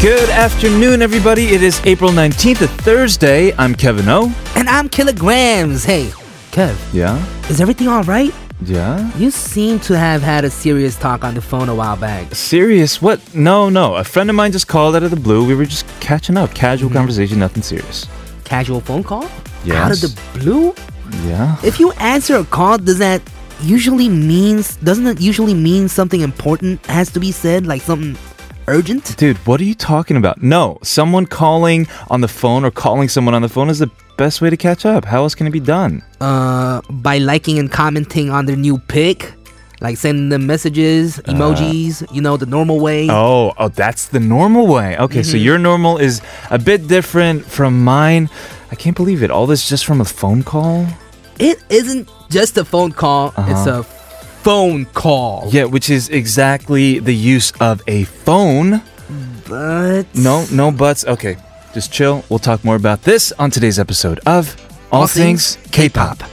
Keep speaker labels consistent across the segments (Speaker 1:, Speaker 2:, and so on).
Speaker 1: Good afternoon, everybody. It is April 19th, a Thursday. I'm Kevin O.
Speaker 2: And I'm Kilograms. Hey, Kev,
Speaker 1: Yeah?
Speaker 2: is everything all right?
Speaker 1: Yeah?
Speaker 2: You seem to have had a serious talk on the phone a while back.
Speaker 1: Serious? What? No, no. A friend of mine just called out of the blue. We were just catching up. Casual conversation, nothing serious.
Speaker 2: Casual phone call? Out of
Speaker 1: Yes.
Speaker 2: the blue?
Speaker 1: Yeah?
Speaker 2: If you answer a call, does that usually means doesn't it usually mean something important has to be said, like something urgent?
Speaker 1: Dude, what are you talking about? No, someone calling on the phone or calling someone on the phone is the best way to catch up. How else can it be done?
Speaker 2: Uh by liking and commenting on their new pic, like sending them messages, emojis, you know, the normal way.
Speaker 1: Uh, Oh, oh, that's the normal way. Okay, so your normal is a bit different from mine. I can't believe it. All this just from a phone call?
Speaker 2: It isn't just a phone call, it's a phone call.
Speaker 1: Uh-huh. Yeah, which is exactly the use of a phone.
Speaker 2: But
Speaker 1: No, no buts. Okay, just chill. We'll talk more about this on today's episode of All,
Speaker 2: All
Speaker 1: Things,
Speaker 2: Things
Speaker 1: K-pop.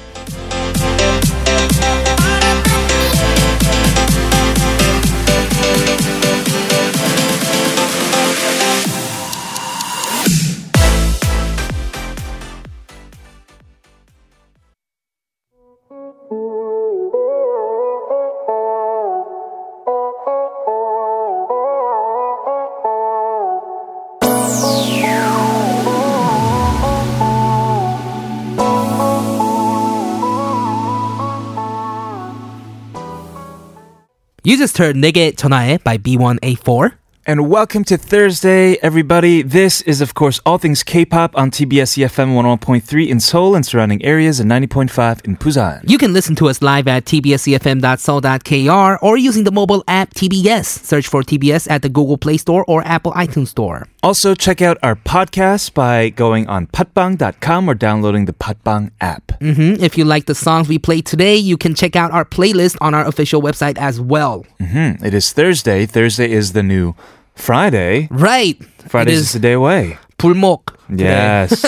Speaker 2: You just heard 내게 전화해 by B1A4.
Speaker 1: And welcome to Thursday, everybody. This is, of course, All Things K-pop on TBS EFM 101.3 in Seoul and surrounding areas and 90.5 in Busan.
Speaker 2: You can listen to us live at tbscfm.so.kr or using the mobile app TBS. Search for TBS at the Google Play Store or Apple iTunes Store.
Speaker 1: Also, check out our podcast by going on patbang.com or downloading the Patbang app.
Speaker 2: hmm If you like the songs we played today, you can check out our playlist on our official website as well.
Speaker 1: Mhm.
Speaker 2: Mm-hmm.
Speaker 1: It is Thursday. Thursday is the new Friday.
Speaker 2: Right.
Speaker 1: Friday
Speaker 2: it
Speaker 1: is
Speaker 2: is
Speaker 1: just a day away.
Speaker 2: 불목. today.
Speaker 1: Yes.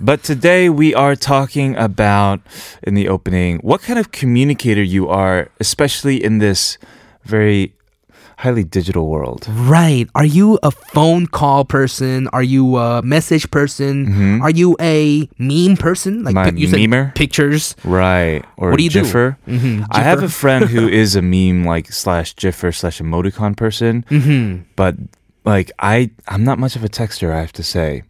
Speaker 1: but today we are talking about, in the opening, what kind of communicator you are, especially in this very highly digital world.
Speaker 2: Right. Are you a phone call person? Are you a message person? Are you a meme person? Like
Speaker 1: Am I
Speaker 2: pic- you said
Speaker 1: memer?
Speaker 2: pictures.
Speaker 1: Right. Or
Speaker 2: What do you do?
Speaker 1: Jiffer.
Speaker 2: Mhm,
Speaker 1: I have a
Speaker 2: Jiffer.
Speaker 1: friend who is a meme like slash Jiffer slash emoticon person.
Speaker 2: Mm-hmm.
Speaker 1: but like I I'm not much of a texter, I have to say.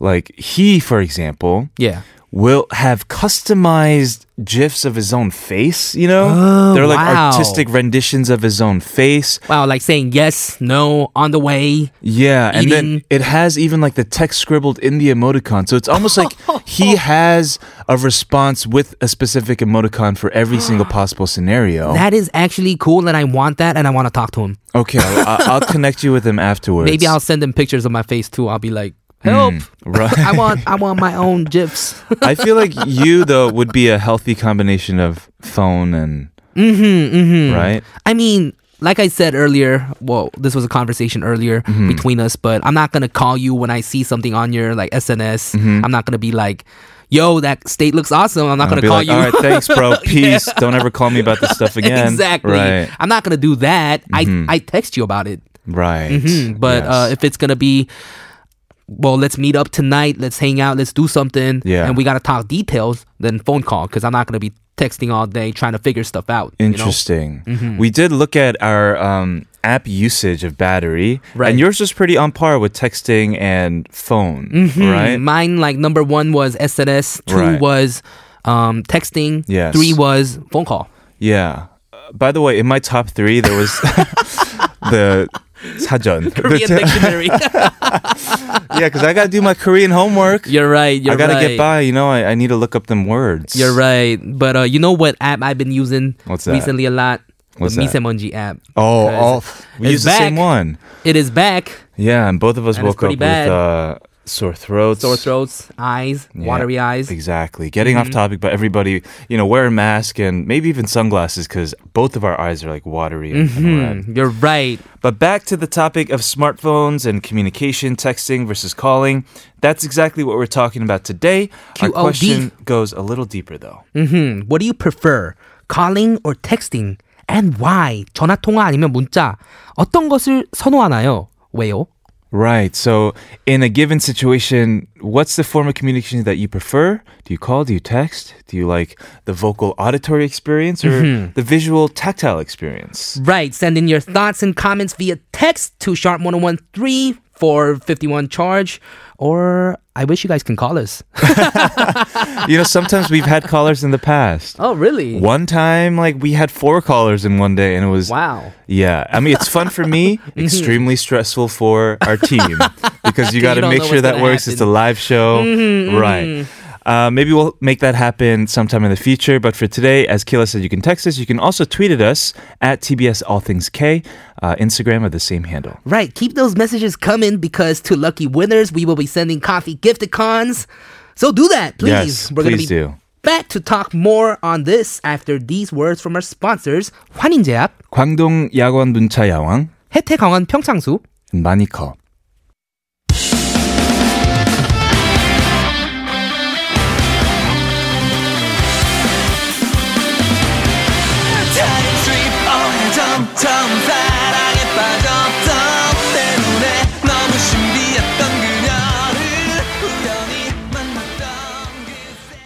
Speaker 1: Like he, for example,
Speaker 2: Yeah.
Speaker 1: will have customized gifs of his own face, you know?
Speaker 2: Oh,
Speaker 1: They're like
Speaker 2: wow.
Speaker 1: artistic renditions of his own face.
Speaker 2: Wow, like saying yes, no, on the way.
Speaker 1: Yeah, and then
Speaker 2: Eating.
Speaker 1: it has even like the text scribbled in the emoticon. So it's almost like he has a response with a specific emoticon for every single possible scenario.
Speaker 2: That is actually cool, and I want that, and I want to talk to him.
Speaker 1: okay, I'll, I'll connect you with him afterwards.
Speaker 2: Maybe I'll send him pictures of my face too. I'll be like, help!
Speaker 1: Hmm, right.
Speaker 2: I want, I want my own gifs.
Speaker 1: I feel like you though would be a healthy combination of phone and
Speaker 2: Mm-hmm,
Speaker 1: right.
Speaker 2: I mean, like I said earlier, well, this was a conversation earlier
Speaker 1: Mm-hmm.
Speaker 2: between us, but I'm not gonna call you when I see something on your like SNS.
Speaker 1: Mm-hmm.
Speaker 2: I'm not gonna be like, yo, that state looks awesome. I'm not
Speaker 1: I'd
Speaker 2: gonna
Speaker 1: be
Speaker 2: call
Speaker 1: like,
Speaker 2: you.
Speaker 1: all right, thanks, bro. Peace. Don't ever call me about this stuff again.
Speaker 2: exactly.
Speaker 1: Right. Mm-hmm.
Speaker 2: I'm not gonna do that. I I text you about it.
Speaker 1: Right.
Speaker 2: Mm, but
Speaker 1: Yes.
Speaker 2: uh, if it's gonna be, well, let's meet up tonight. Let's hang out. Let's do something.
Speaker 1: Yeah.
Speaker 2: And we gotta talk details. Then phone call because I'm not gonna be texting all day trying to figure stuff out. you know? Mm-hmm.
Speaker 1: Interesting. We did look at our um, app usage of battery,
Speaker 2: Right.
Speaker 1: and yours was pretty on par with texting and phone,
Speaker 2: Hmm,
Speaker 1: right?
Speaker 2: Mine like number one was SNS. Two
Speaker 1: Right.
Speaker 2: was um, texting.
Speaker 1: Yes.
Speaker 2: Three was phone call.
Speaker 1: Yeah. Uh, by the way, in my top three, there was the 사전.
Speaker 2: Korean dictionary.
Speaker 1: yeah, because I got to do my Korean homework.
Speaker 2: you're right. You're
Speaker 1: I gotta
Speaker 2: right.
Speaker 1: get by. You know, I, I need to look up them words.
Speaker 2: You're right. But uh, you know what app I've been using
Speaker 1: What's that?
Speaker 2: recently a lot?
Speaker 1: What's
Speaker 2: the
Speaker 1: that?
Speaker 2: Misemonji app.
Speaker 1: Oh, all,
Speaker 2: Because
Speaker 1: we
Speaker 2: it's
Speaker 1: use the same
Speaker 2: back.
Speaker 1: one.
Speaker 2: It is back.
Speaker 1: Yeah, and both of us
Speaker 2: And it's
Speaker 1: woke up
Speaker 2: pretty
Speaker 1: with
Speaker 2: bad.
Speaker 1: uh, sore throats.
Speaker 2: Sore throats, Mm-hmm. eyes,
Speaker 1: Yeah,
Speaker 2: watery eyes.
Speaker 1: Exactly. Getting off topic, but everybody, you know, wear a mask and maybe even sunglasses because both of our eyes are like watery and, and red.
Speaker 2: Hmm, you're right.
Speaker 1: But back to the topic of smartphones and communication, texting versus calling. That's exactly what we're talking about today. Our
Speaker 2: QOD.
Speaker 1: question goes a little deeper though.
Speaker 2: hmm What do you prefer, calling or texting? And why? 전화 통화 아니면 문자? 어떤 것을 선호하나요? 왜요?
Speaker 1: Right. So, in a given situation, what's the form of communication that you prefer? Do you call? Do you text? Do you like the vocal auditory experience or the visual tactile experience?
Speaker 2: Right. Send in your thoughts and comments via text to sharp1013 for 51 charge. Or I wish you guys can call us.
Speaker 1: you know, sometimes we've had callers in the past.
Speaker 2: Oh, really?
Speaker 1: One time, like, we had four callers in one day, and it was
Speaker 2: Wow.
Speaker 1: Yeah, I mean it's fun for me,
Speaker 2: Mm-hmm.
Speaker 1: extremely stressful for our team because you got to
Speaker 2: don't
Speaker 1: make
Speaker 2: know
Speaker 1: sure
Speaker 2: what's
Speaker 1: that
Speaker 2: gonna Mm-hmm,
Speaker 1: works. It's a live show, right? Uh, maybe we'll make that happen sometime in the future. But for today, as Kayla said, you can text us. You can also tweet at us at TBS All Things K, uh, Instagram of the same handle.
Speaker 2: Right. Keep those messages coming because to lucky winners, we will be sending coffee gifticons. So do that, please.
Speaker 1: Yes,
Speaker 2: We're gonna
Speaker 1: please
Speaker 2: be
Speaker 1: do.
Speaker 2: back to talk more on this after these words from our sponsors, 환인제약,
Speaker 1: 광동 야권 문차 야왕
Speaker 2: 혜태강원 평창수,
Speaker 1: 마니커.
Speaker 3: 타임 트립 오늘 점점 사랑에 빠졌던 내 눈에 너무 신비했던 그녀를 우연히 만났던 그새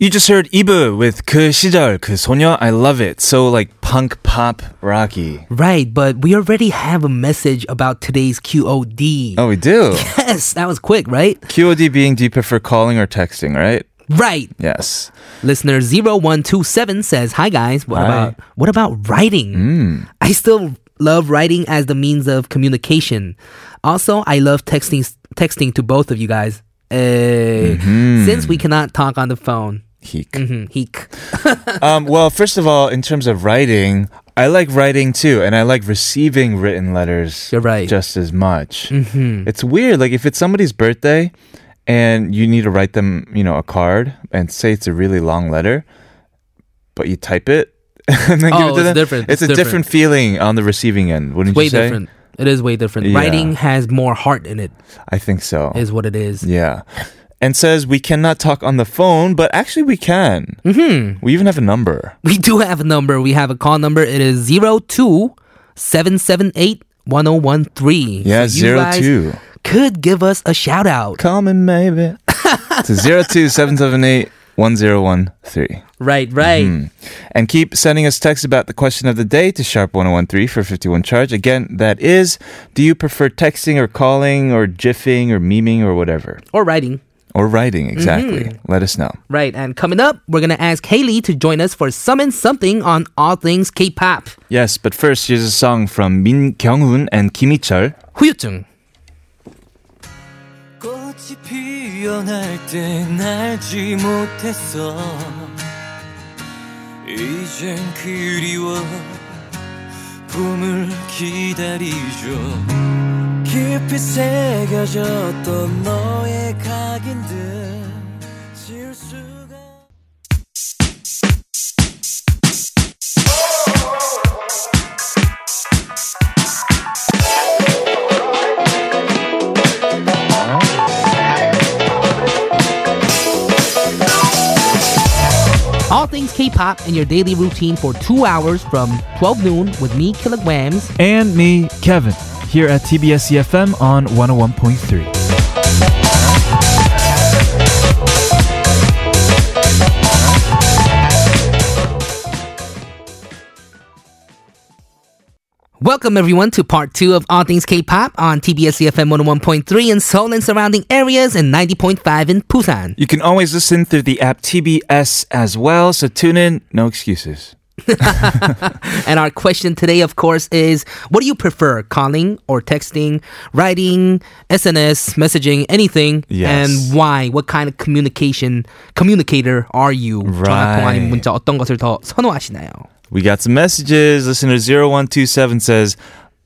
Speaker 1: You just heard Ibu with 그 시절 그 소녀. I love it. So like punk pop rocky.
Speaker 2: Right, but we already have a message about today's QOD.
Speaker 1: Oh, we do.
Speaker 2: Yes, that was quick, right?
Speaker 1: QOD being do you prefer calling or texting, right?
Speaker 2: Right.
Speaker 1: Yes.
Speaker 2: Listener 0127 says, "Hi Mm. guys, what
Speaker 1: Hi.
Speaker 2: about what about writing? I still love writing as the means of communication. Also, I love texting texting to both of you guys. Eh, Since we cannot talk on the phone.
Speaker 1: Heek.
Speaker 2: Mhm, Heek.
Speaker 1: Um, well, first of all, in terms of writing, I like writing too, and I like receiving written letters
Speaker 2: You're right.
Speaker 1: just as much. Mm-hmm. It's weird. Like, if it's somebody's birthday and you need to write them, you know, a card and say it's a really long letter, but you type it and then give
Speaker 2: Oh,
Speaker 1: it to
Speaker 2: it's
Speaker 1: them.
Speaker 2: different.
Speaker 1: It's, a
Speaker 2: It's
Speaker 1: different.
Speaker 2: different.
Speaker 1: feeling on the receiving end, wouldn't
Speaker 2: Way
Speaker 1: you say?
Speaker 2: different. It is way different.
Speaker 1: Yeah.
Speaker 2: Writing has more heart in it,
Speaker 1: I think so.
Speaker 2: is what it is.
Speaker 1: Yeah. And says we cannot talk on the phone, but actually we can. Mm-hmm. We even have a number.
Speaker 2: We do have a number. We have a call number. It is 02778 1013.
Speaker 1: Yeah, zero two.
Speaker 2: Could give us a shout out.
Speaker 1: Call me maybe. to zero two seven seven eight one zero one three.
Speaker 2: Right, right.
Speaker 1: Mm-hmm. And keep sending us texts about the question of the day to sharp1013 for 51 charge. Again, that is, do you prefer texting or calling or jiffing or memeing or whatever?
Speaker 2: Or writing.
Speaker 1: Or writing, exactly. Let us know.
Speaker 2: Right. And coming up, we're going to ask Haley to join us for Summon Something on All Things K pop.
Speaker 1: Yes, but first, here's a song from Min Kyung-hoon and Kim Ichul.
Speaker 2: 후유증.
Speaker 3: 그 꽃이 피어날 땐 알지 못했어 이젠 그리워 봄을 기다리죠 깊이 새겨졌던 너의 각인들 지울 수가
Speaker 2: All Things K pop in your daily routine for two hours from 12 noon with me, Kilograms.
Speaker 4: and me, Kevin, here at TBS EFM on 101.3.
Speaker 2: Welcome, everyone, to part two of All Things K pop on TBS EFM 101.3 in Seoul and surrounding areas and 90.5 in Busan.
Speaker 1: You can always listen through the app TBS as well, so tune in. No excuses.
Speaker 2: And our question today, of course, is what do you prefer, calling or texting, writing, SNS, messaging, anything?
Speaker 1: Yes.
Speaker 2: And why? What kind of communication communicator are you? 전화 통화 아니면 문자 어떤 것을 더 선호하시나요?
Speaker 1: We got some messages. Listener 0127 says,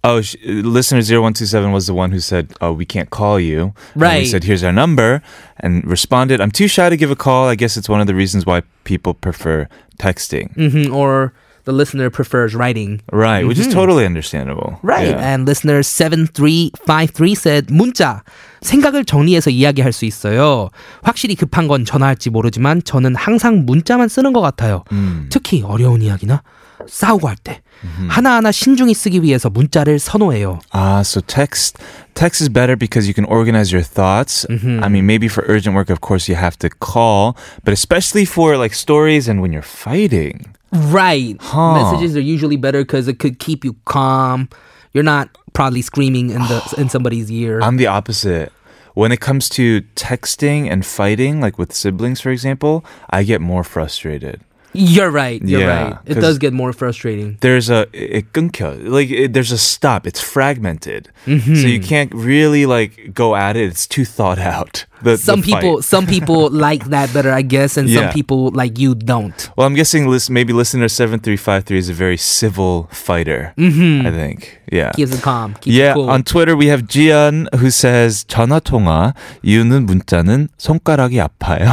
Speaker 1: Oh, sh- listener 0127 was the one who said, Oh, we can't call you. And we
Speaker 2: Right.
Speaker 1: said, Here's our number, and responded, I'm too shy to give a call. I guess it's one of the reasons why people prefer texting.
Speaker 4: Mm.
Speaker 2: hmm Or the listener prefers writing.
Speaker 1: Right, which
Speaker 4: Mm-hmm.
Speaker 1: is totally understandable.
Speaker 2: Right.
Speaker 1: Yeah.
Speaker 2: And listener 7353 said 문자 생각을 정리해서 이야기할 수 있어요. 확실히 급한
Speaker 1: 음.
Speaker 2: 건 전화할지 모르지만 저는 항상 문자만 쓰는 것 같아요. 특히 어려운 이야기나 싸우고 할 때 하나하나 신중히 쓰기 위해서 문자를 선호해요.
Speaker 1: Ah, so text text is better because you can organize your thoughts.
Speaker 2: Mm-hmm.
Speaker 1: I mean, maybe for urgent work, of course, you have to call, but especially for like stories and when you're fighting.
Speaker 2: Right.
Speaker 1: Huh.
Speaker 2: Messages are usually better because it could keep you calm. You're not probably screaming in the in somebody's ear.
Speaker 1: I'm the opposite. When it comes to texting and fighting, like with siblings, for example, I get more frustrated.
Speaker 2: you're right. You're
Speaker 1: Yeah,
Speaker 2: right. It
Speaker 1: 'cause-
Speaker 2: does get more frustrating.
Speaker 1: There's a it 끊겨. like it, there's a stop. It's fragmented, so
Speaker 2: Mm-hmm.
Speaker 1: you can't really like go at it. It's too thought out. The, the
Speaker 2: Some people
Speaker 1: fight.
Speaker 2: some people like that better, I guess, and some
Speaker 1: Yeah.
Speaker 2: people like you don't.
Speaker 1: Well, I'm guessing list, maybe listener seven three five three is a very civil fighter. I think. Yeah.
Speaker 2: Keeps it calm. Keeps
Speaker 1: Yeah,
Speaker 2: Mm-hmm. it cool.
Speaker 1: on Twitter we have Jian who says 전화 통화 이유는 문자는 손가락이 아파요.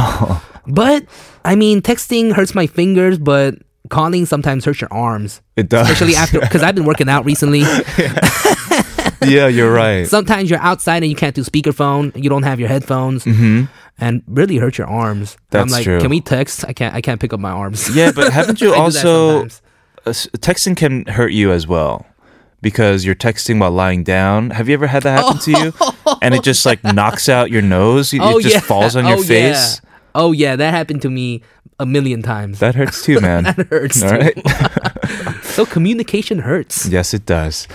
Speaker 2: but I mean, texting hurts my fingers, but calling sometimes hurts your arms,
Speaker 1: it does.
Speaker 2: especially after because I've been working out recently.
Speaker 1: yeah, you're right.
Speaker 2: Sometimes you're outside and you can't do speakerphone. You don't have your headphones, and really hurt your arms. I'm
Speaker 1: Mm-hmm. That's
Speaker 2: like,
Speaker 1: true.
Speaker 2: can we text? I can't. I can't pick up my arms.
Speaker 1: yeah, but haven't you
Speaker 2: I do that
Speaker 1: also
Speaker 2: sometimes.
Speaker 1: uh, s- texting can hurt you as well because you're texting while lying down. Have you ever had that happen to you? And it just like knocks out your nose. It, it just falls on your
Speaker 2: Oh, yeah.
Speaker 1: face.
Speaker 2: Oh yeah, that happened to me a million times.
Speaker 1: That hurts too, man.
Speaker 2: That hurts.
Speaker 1: All
Speaker 2: too.
Speaker 1: right.
Speaker 2: so communication hurts.
Speaker 1: Yes, it does.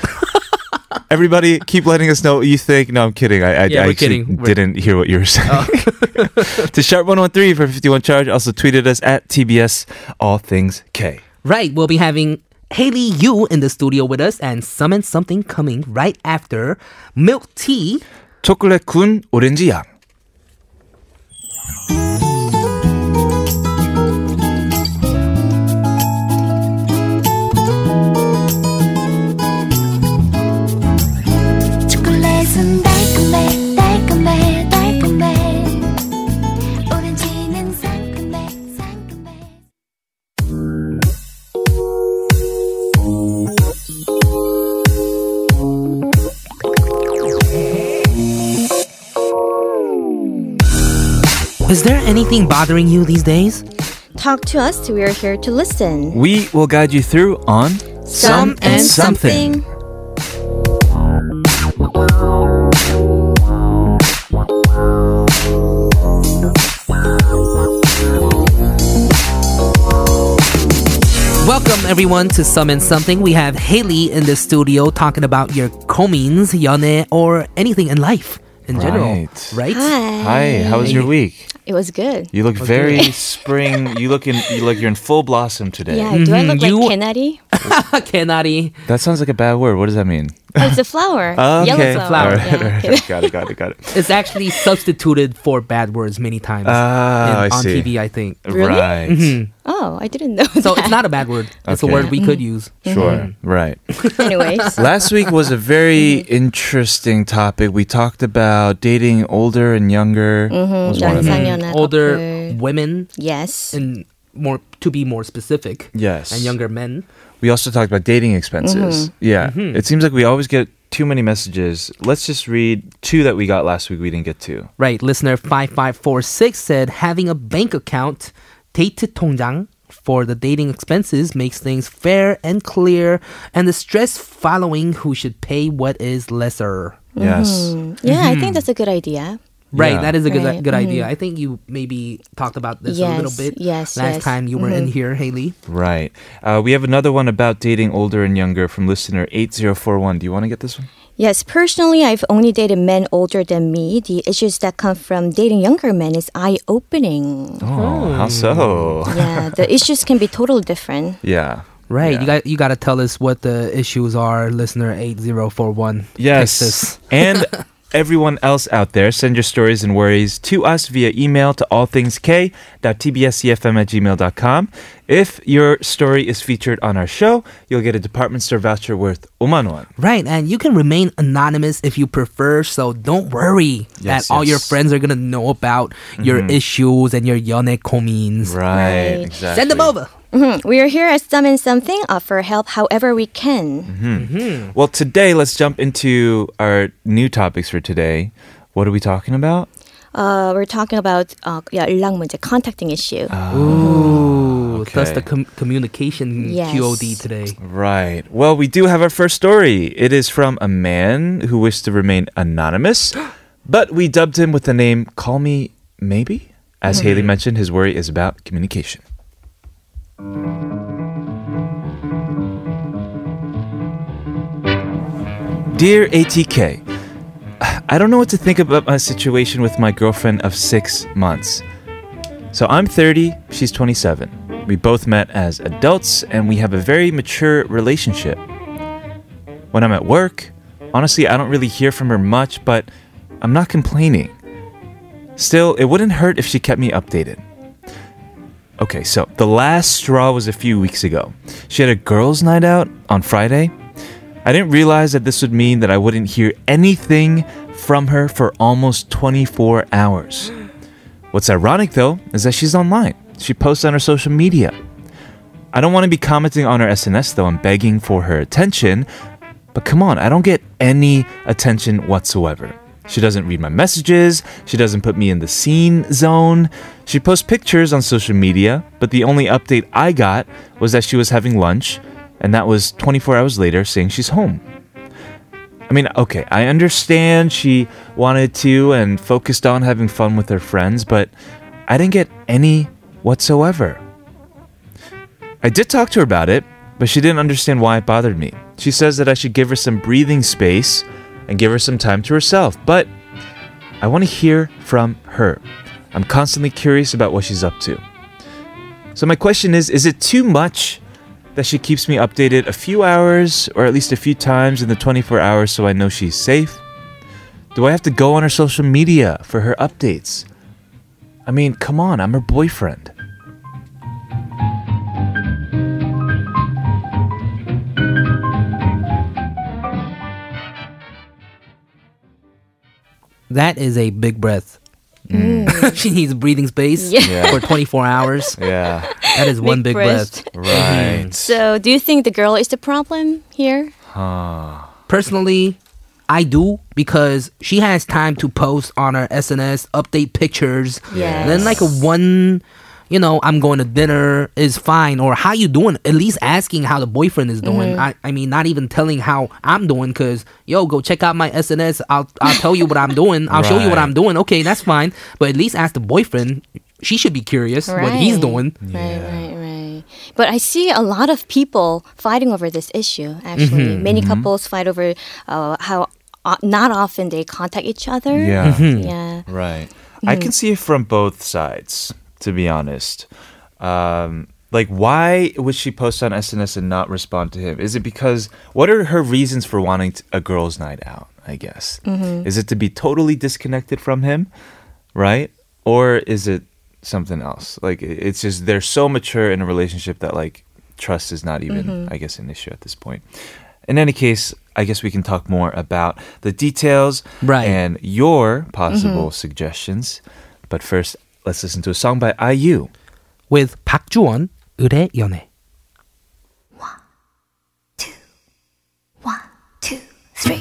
Speaker 1: Everybody, keep letting us know what you think. No, I'm kidding. I, I, I
Speaker 2: Yeah, we're
Speaker 1: actually
Speaker 2: kidding. We're- Oh.
Speaker 1: didn't hear what you were saying. to sharp one one three for fifty one charge. Also tweeted us at TBS All Things K.
Speaker 2: Right, we'll be having Haley Yu in the studio with us and summon something coming right after milk tea.
Speaker 1: 초콜릿 군 오렌지 양.
Speaker 5: 초콜릿은 달콤해 달콤해 달콤해 오렌지는 상큼해 상큼해
Speaker 2: Is there anything bothering you these days?
Speaker 6: Talk to us. We are here to listen.
Speaker 1: We will guide you through on
Speaker 2: Some and something. Welcome everyone to Summon Something. We have Haley in the studio talking about your comings, yone, or anything in life in general.
Speaker 1: Right.
Speaker 2: Right?
Speaker 1: Hi, how was your week?
Speaker 6: It was good.
Speaker 1: You
Speaker 2: Oh,
Speaker 1: look very spring. You look in. You look. You're in full blossom today.
Speaker 6: Yeah. Do I look like
Speaker 2: Mm-hmm. You-
Speaker 6: canary?
Speaker 2: Kenari.
Speaker 1: That sounds like a bad word. What does that mean?
Speaker 6: Oh, it's a flower. Yellow
Speaker 1: All
Speaker 2: Flower.
Speaker 6: flower.
Speaker 1: right,
Speaker 6: Yeah,
Speaker 1: all right,
Speaker 6: okay.
Speaker 1: Got it. Got it. Got it.
Speaker 2: It's actually substituted for bad words many times
Speaker 1: Ah,
Speaker 2: in-
Speaker 1: I
Speaker 2: on
Speaker 1: see.
Speaker 2: TV, I think.
Speaker 6: Really?
Speaker 1: Right.
Speaker 6: Oh, I didn't know.
Speaker 2: So
Speaker 6: that.
Speaker 2: it's not a bad word. It's a
Speaker 1: Okay.
Speaker 2: word we could use.
Speaker 1: Sure.
Speaker 2: Mm-hmm.
Speaker 1: Right.
Speaker 6: Anyways.
Speaker 1: Last week was a very interesting topic. We talked about dating older and younger. was one of them.
Speaker 6: 연상연하
Speaker 2: Older
Speaker 6: 커플.
Speaker 2: women
Speaker 6: Yes.
Speaker 2: and more to be more specific.
Speaker 1: Yes.
Speaker 2: And younger men.
Speaker 1: We also talked about dating expenses. Yeah.
Speaker 2: Mm-hmm.
Speaker 1: It seems like we always get too many messages. Let's just read two that we got last week we didn't get to.
Speaker 2: Right, listener 5546 said having a bank account, date 통장 for the dating expenses makes things fair and clear and the stress following who should pay what is lesser.
Speaker 1: Yes.
Speaker 6: Yeah,
Speaker 2: Mm-hmm.
Speaker 6: I think that's a good idea.
Speaker 2: Right,
Speaker 1: Yeah.
Speaker 2: that is a good
Speaker 6: Right, Mm-hmm.
Speaker 2: good idea. I think you maybe talked about this a little
Speaker 6: Yes,
Speaker 2: bit last
Speaker 6: yes, yes. Mm-hmm.
Speaker 2: time you were in here, Haley.
Speaker 1: Right. Uh, we have another one about dating older and younger from listener 8041. Do you want to get this one?
Speaker 6: Yes, personally, I've only dated men older than me. The issues that come from dating younger men is eye opening.
Speaker 1: Oh, how so?
Speaker 6: Yeah, the issues can be totally different.
Speaker 1: Yeah.
Speaker 2: Right,
Speaker 1: Yeah.
Speaker 2: you got you got to tell us what the issues are, listener eight zero four one.
Speaker 1: Yes. and everyone else out there, send your stories and worries to us via email to allthingsk.tbscfm E at gmail.com. If your story is featured on our show, you'll get a department store voucher worth 5만 원.
Speaker 2: Right, and you can remain anonymous if you prefer, so don't worry that
Speaker 1: Yes,
Speaker 2: all your
Speaker 1: yes. Mm-hmm.
Speaker 2: friends are gonna know about your issues and your yone komins.
Speaker 1: Right,
Speaker 6: Right.
Speaker 1: exactly.
Speaker 2: Send them over.
Speaker 6: Mm-hmm. We are here at Some and Something, offer help however we can.
Speaker 2: Mm-hmm.
Speaker 1: Well, today, let's jump into our new topics for today. What are we talking about?
Speaker 6: Uh, we're talking about uh, yeah, 연락 문제, contacting issue.
Speaker 2: That's the
Speaker 1: Ah, Okay.
Speaker 2: com- communication
Speaker 6: Yes.
Speaker 2: QOD today.
Speaker 1: Right. Well, we do have our first story. It is from a man who wished to remain anonymous, but we dubbed him with the name Call Me Maybe. As Haley mentioned, his worry is about communication. Dear ATK, I don't know what to think about my situation with my girlfriend of six months. So I'm 30, she's 27. We both met as adults and we have a very mature relationship. When I'm at work, honestly, I don't really hear from her much, but I'm not complaining. Still, it wouldn't hurt if she kept me updated. Okay, so the last straw was a few weeks ago. She had a girls' night out on Friday. I didn't realize that this would mean that I wouldn't hear anything from her for almost 24 hours. What's ironic though is that she's online. She posts on her social media. I don't want to be commenting on her SNS though. I'm begging for her attention. But come on, I don't get any attention whatsoever. She doesn't read my messages. She doesn't put me in the scene zone. She posts pictures on social media, but the only update I got was that she was having lunch, and that was 24 hours later saying she's home. I mean, okay, I understand she wanted to and focused on having fun with her friends, but I didn't get any whatsoever. I did talk to her about it, but she didn't understand why it bothered me. She says that I should give her some breathing space and give her some time to herself, but I want to hear from her. I'm constantly curious about what she's up to. So, my question is is it too much that she keeps me updated a few hours or at least a few times in the 24 hours so I know she's safe? Do I have to go on her social media for her updates? I mean, come on, I'm her boyfriend.
Speaker 2: That is a big breath. she needs breathing space
Speaker 1: Yeah.
Speaker 2: for 24 hours.
Speaker 1: Yeah,
Speaker 2: That is one big
Speaker 6: Big
Speaker 2: breath.
Speaker 6: breath.
Speaker 1: right.
Speaker 6: So, do you think the girl is the problem here?
Speaker 2: Personally, I do because she has time to post on her SNS, update pictures.
Speaker 6: Yes.
Speaker 2: Then like a one, you know, I'm going to dinner is fine or how you doing? At least asking how the boyfriend is doing.
Speaker 6: Mm-hmm.
Speaker 2: I, I mean, not even telling how I'm doing because yo, go check out my SNS. I'll I'll tell you what I'm doing. I'll show you what
Speaker 1: Right.
Speaker 2: I'm doing. Okay, that's fine. But at least ask the boyfriend. She should be curious what he's
Speaker 6: Right.
Speaker 2: doing.
Speaker 6: Right, right, right. But I see a lot of people fighting over this issue, actually.
Speaker 2: Mm-hmm.
Speaker 6: Many couples fight over uh, how uh, not often they contact each other.
Speaker 1: Yeah.
Speaker 2: Hmm.
Speaker 6: Yeah.
Speaker 1: Right. I can see it from both sides, to be honest. Um, like, why would she post on SNS and not respond to him? Is it because what are her reasons for wanting t- a girls' night out? I guess is it to be totally disconnected from him, right? Or is it something else? Like, i- it's just they're so mature in a relationship that like trust is not even, I guess, an issue at this point. In any case, I guess we can talk more about the details
Speaker 2: Right.
Speaker 1: and and your possible suggestions. But first, let's listen to a song by IU.
Speaker 2: with 박주원 의뢰 연애.
Speaker 5: One, two, three.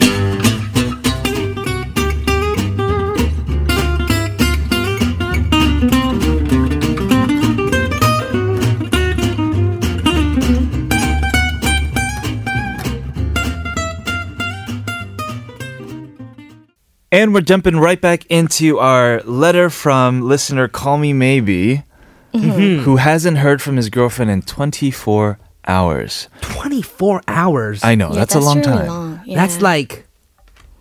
Speaker 1: And we're jumping right back into our letter from listener Call Me Maybe, who hasn't heard from his girlfriend in 24 hours.
Speaker 2: 24 hours.
Speaker 1: I know,
Speaker 6: Yeah,
Speaker 1: that's, a long
Speaker 6: really
Speaker 1: time.
Speaker 6: long,
Speaker 2: That's
Speaker 6: yeah.
Speaker 2: like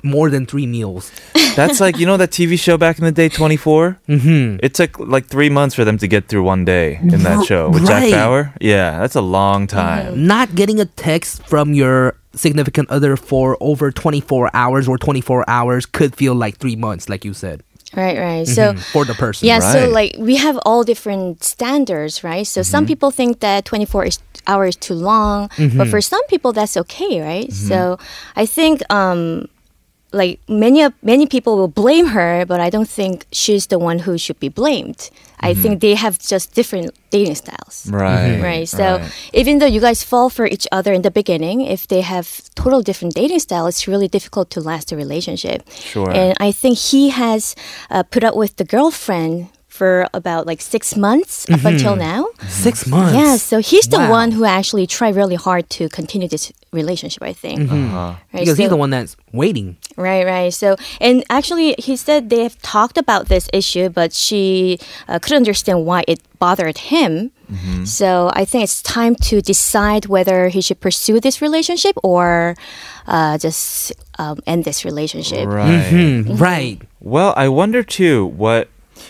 Speaker 2: more than three meals.
Speaker 1: That's like, you know, that TV show back in the day, 24? Mm-hmm. It took like three months for them to get through one day in that show with
Speaker 2: Right.
Speaker 1: Jack Bauer. Yeah, that's a long time.
Speaker 2: Not getting a text from your significant other for over 24 hours or 24 hours could feel like three months, like you said, mm,
Speaker 6: Right, right. So,
Speaker 2: for the person.
Speaker 6: yeah, so
Speaker 1: Right.
Speaker 6: like we have all different standards, right? So, some people think that 24 is, hour is too long, but for some people, that's okay, right? So, I think. Um, like many of many people will blame her, but I don't think she's the one who should be blamed. I think they have just different dating styles.
Speaker 1: Right.
Speaker 6: Right. So
Speaker 1: right.
Speaker 6: even though you guys fall for each other in the beginning, if they have total different dating style, it's really difficult to last a relationship.
Speaker 1: Sure.
Speaker 6: And I think he has uh, put up with the girlfriend for about like six months
Speaker 1: Mm-hmm.
Speaker 6: up until now.
Speaker 2: Six months.
Speaker 6: Yeah, so he's the
Speaker 2: Wow.
Speaker 6: one who actually tried really hard to continue this relationship, I think.
Speaker 1: Mm-hmm.
Speaker 6: Right,
Speaker 2: because he's
Speaker 6: so-
Speaker 2: the one that's waiting.
Speaker 6: Right, right. So, and actually, he said they have talked about this issue, but she uh, couldn't understand why it bothered him. So, I think it's time to decide whether he should pursue this relationship or uh, just um, end this relationship.
Speaker 1: Right.
Speaker 6: Mm-hmm.
Speaker 2: Hmm, right.
Speaker 1: Well, I wonder too what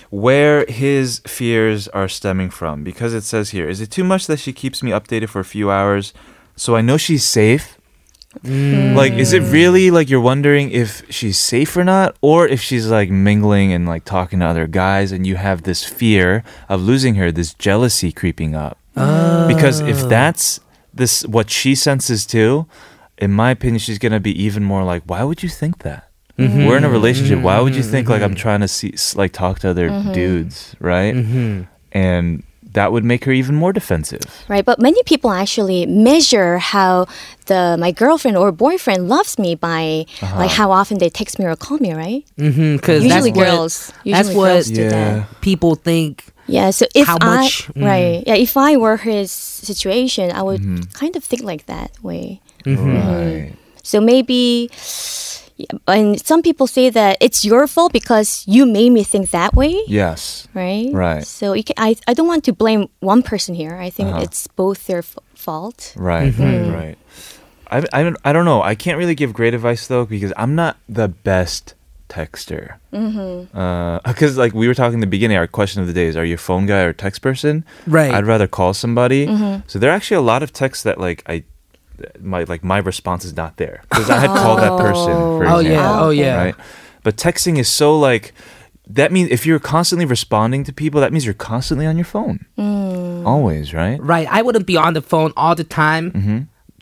Speaker 1: where his fears are stemming from because it says here, is it too much that she keeps me updated for a few hours so I know she's safe? Like, is it really like you're wondering if she's safe or not, or if she's like mingling and like talking to other guys, and you have this fear of losing her, this jealousy creeping up? Because if that's this what she senses too, in my opinion, she's gonna be even more like, why would you think that? We're in a relationship. Why would you think like I'm trying to see s- like talk to other dudes, right? And that would make her even more defensive.
Speaker 6: Right, but many people actually measure how the my girlfriend or boyfriend loves me by like how often they text me or call me, right?
Speaker 2: Because
Speaker 6: Usually
Speaker 2: Mm-hmm. that's what-
Speaker 6: girls,
Speaker 2: that's
Speaker 6: usually
Speaker 2: what
Speaker 6: girls do that.
Speaker 2: people think.
Speaker 6: Yeah, so if
Speaker 2: How
Speaker 6: I
Speaker 2: much? Mm.
Speaker 6: right, yeah, if I were his situation, I would kind of think like that way.
Speaker 1: Right.
Speaker 6: So maybe, yeah, and some people say that it's your fault because you made me think that way,
Speaker 1: Yes.
Speaker 6: right?
Speaker 1: Right.
Speaker 6: So you can, I, I don't want to blame one person here. I think it's both their f- fault.
Speaker 1: Right,
Speaker 2: Mm-hmm.
Speaker 1: right, right. I, I, don't- I don't know. I can't really give great advice though because I'm not the best texter. Mm-hmm. Because like we were talking in the beginning, our question of the day is: Are you a phone guy or a text person?
Speaker 2: Right. Mm-hmm.
Speaker 1: I'd rather call somebody. So there are actually a lot of texts that like I, my like my response is not there because I had called that person. For
Speaker 2: Oh,
Speaker 1: example,
Speaker 2: yeah. Oh, yeah.
Speaker 1: Right. But texting is so like. That means if you're constantly responding to people, that means you're constantly on your phone.
Speaker 2: Mm.
Speaker 1: Always, right?
Speaker 2: Right. I wouldn't be on the phone all the time.
Speaker 1: Mm-hmm.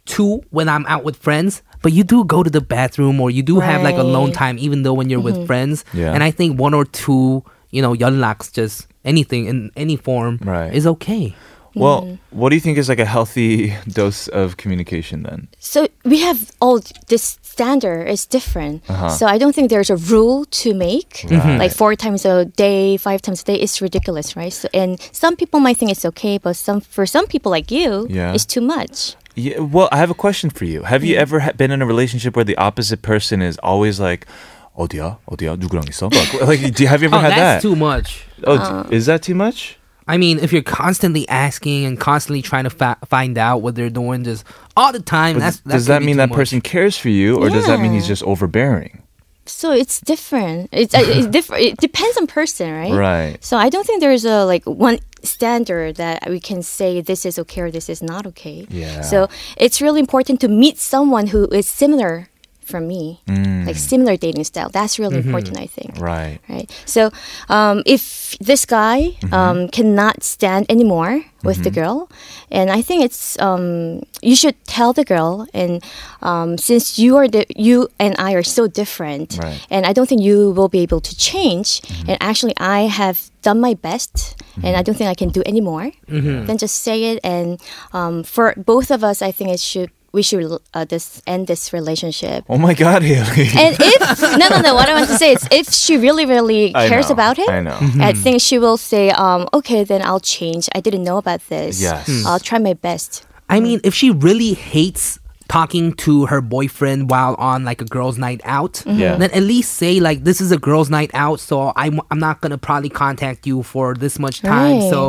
Speaker 2: Two, when I'm out with friends. But you do go to the bathroom or you do have like alone
Speaker 6: Right.
Speaker 2: time, even though when you're with friends.
Speaker 1: Yeah.
Speaker 2: And I think one or two, you know, yonlaks, just anything in any form
Speaker 1: Right.
Speaker 2: is okay.
Speaker 1: Well,
Speaker 2: Mm-hmm.
Speaker 1: what do you think is like a healthy dose of communication then?
Speaker 6: So we have all this standard is different. So I don't think there's a rule to make like four times a day, five times a day. It's ridiculous, right? So, and some people might think it's okay, but some for some people like you,
Speaker 1: Yeah.
Speaker 6: it's too much.
Speaker 1: Yeah, well, I have a question for you. Have you
Speaker 2: Mm-hmm.
Speaker 1: ever ha- been in a relationship where the opposite person is always like, 어디야? 어디야? 누구랑 있어? Like, like, do you, have you ever
Speaker 2: Oh,
Speaker 1: had that?
Speaker 2: that's too much.
Speaker 1: oh, d- is that too much?
Speaker 2: I mean, if you're constantly asking and constantly trying to fa- find out what they're doing just all the time,
Speaker 1: But
Speaker 2: that's, that
Speaker 1: does
Speaker 2: could
Speaker 1: that
Speaker 2: be
Speaker 1: mean
Speaker 2: too
Speaker 1: that
Speaker 2: much.
Speaker 1: person cares for you, or does that mean
Speaker 6: Yeah.
Speaker 1: he's just overbearing?
Speaker 6: So it's different. It's, uh, it's different. It depends on person, right?
Speaker 1: Right.
Speaker 6: So I don't think there's a like one standard that we can say this is okay or this is not okay.
Speaker 1: Yeah.
Speaker 6: So it's really important to meet someone who is similar from me,
Speaker 1: Mm.
Speaker 6: like similar dating style. That's really important, I think.
Speaker 1: Right.
Speaker 6: Right. So, um, if this guy um, cannot stand anymore with the girl, and I think it's um, you should tell the girl. And um, since you are the you and I are so different,
Speaker 1: Right.
Speaker 6: and I don't think you will be able to change. And actually, I have done my best, and I don't think I can do anymore. Then just say it. And um, for both of us, I think it should we should uh, this end this relationship.
Speaker 1: Oh my God, Haley.
Speaker 6: And if no, no, no. What I want to say is, if she really, really
Speaker 1: I
Speaker 6: cares
Speaker 1: know,
Speaker 6: about it,
Speaker 1: I know.
Speaker 6: I
Speaker 2: Mm-hmm.
Speaker 6: think she will say, um, "Okay, then I'll change. I didn't know about this.
Speaker 1: Yes. Hmm.
Speaker 6: I'll try my best."
Speaker 2: I mean, if she really hates talking to her boyfriend while on like a girls' night out,
Speaker 1: Yeah.
Speaker 2: then at least say like, "This is a girls' night out, so I'm I'm not gonna probably contact you for this much time.
Speaker 6: Right.
Speaker 2: So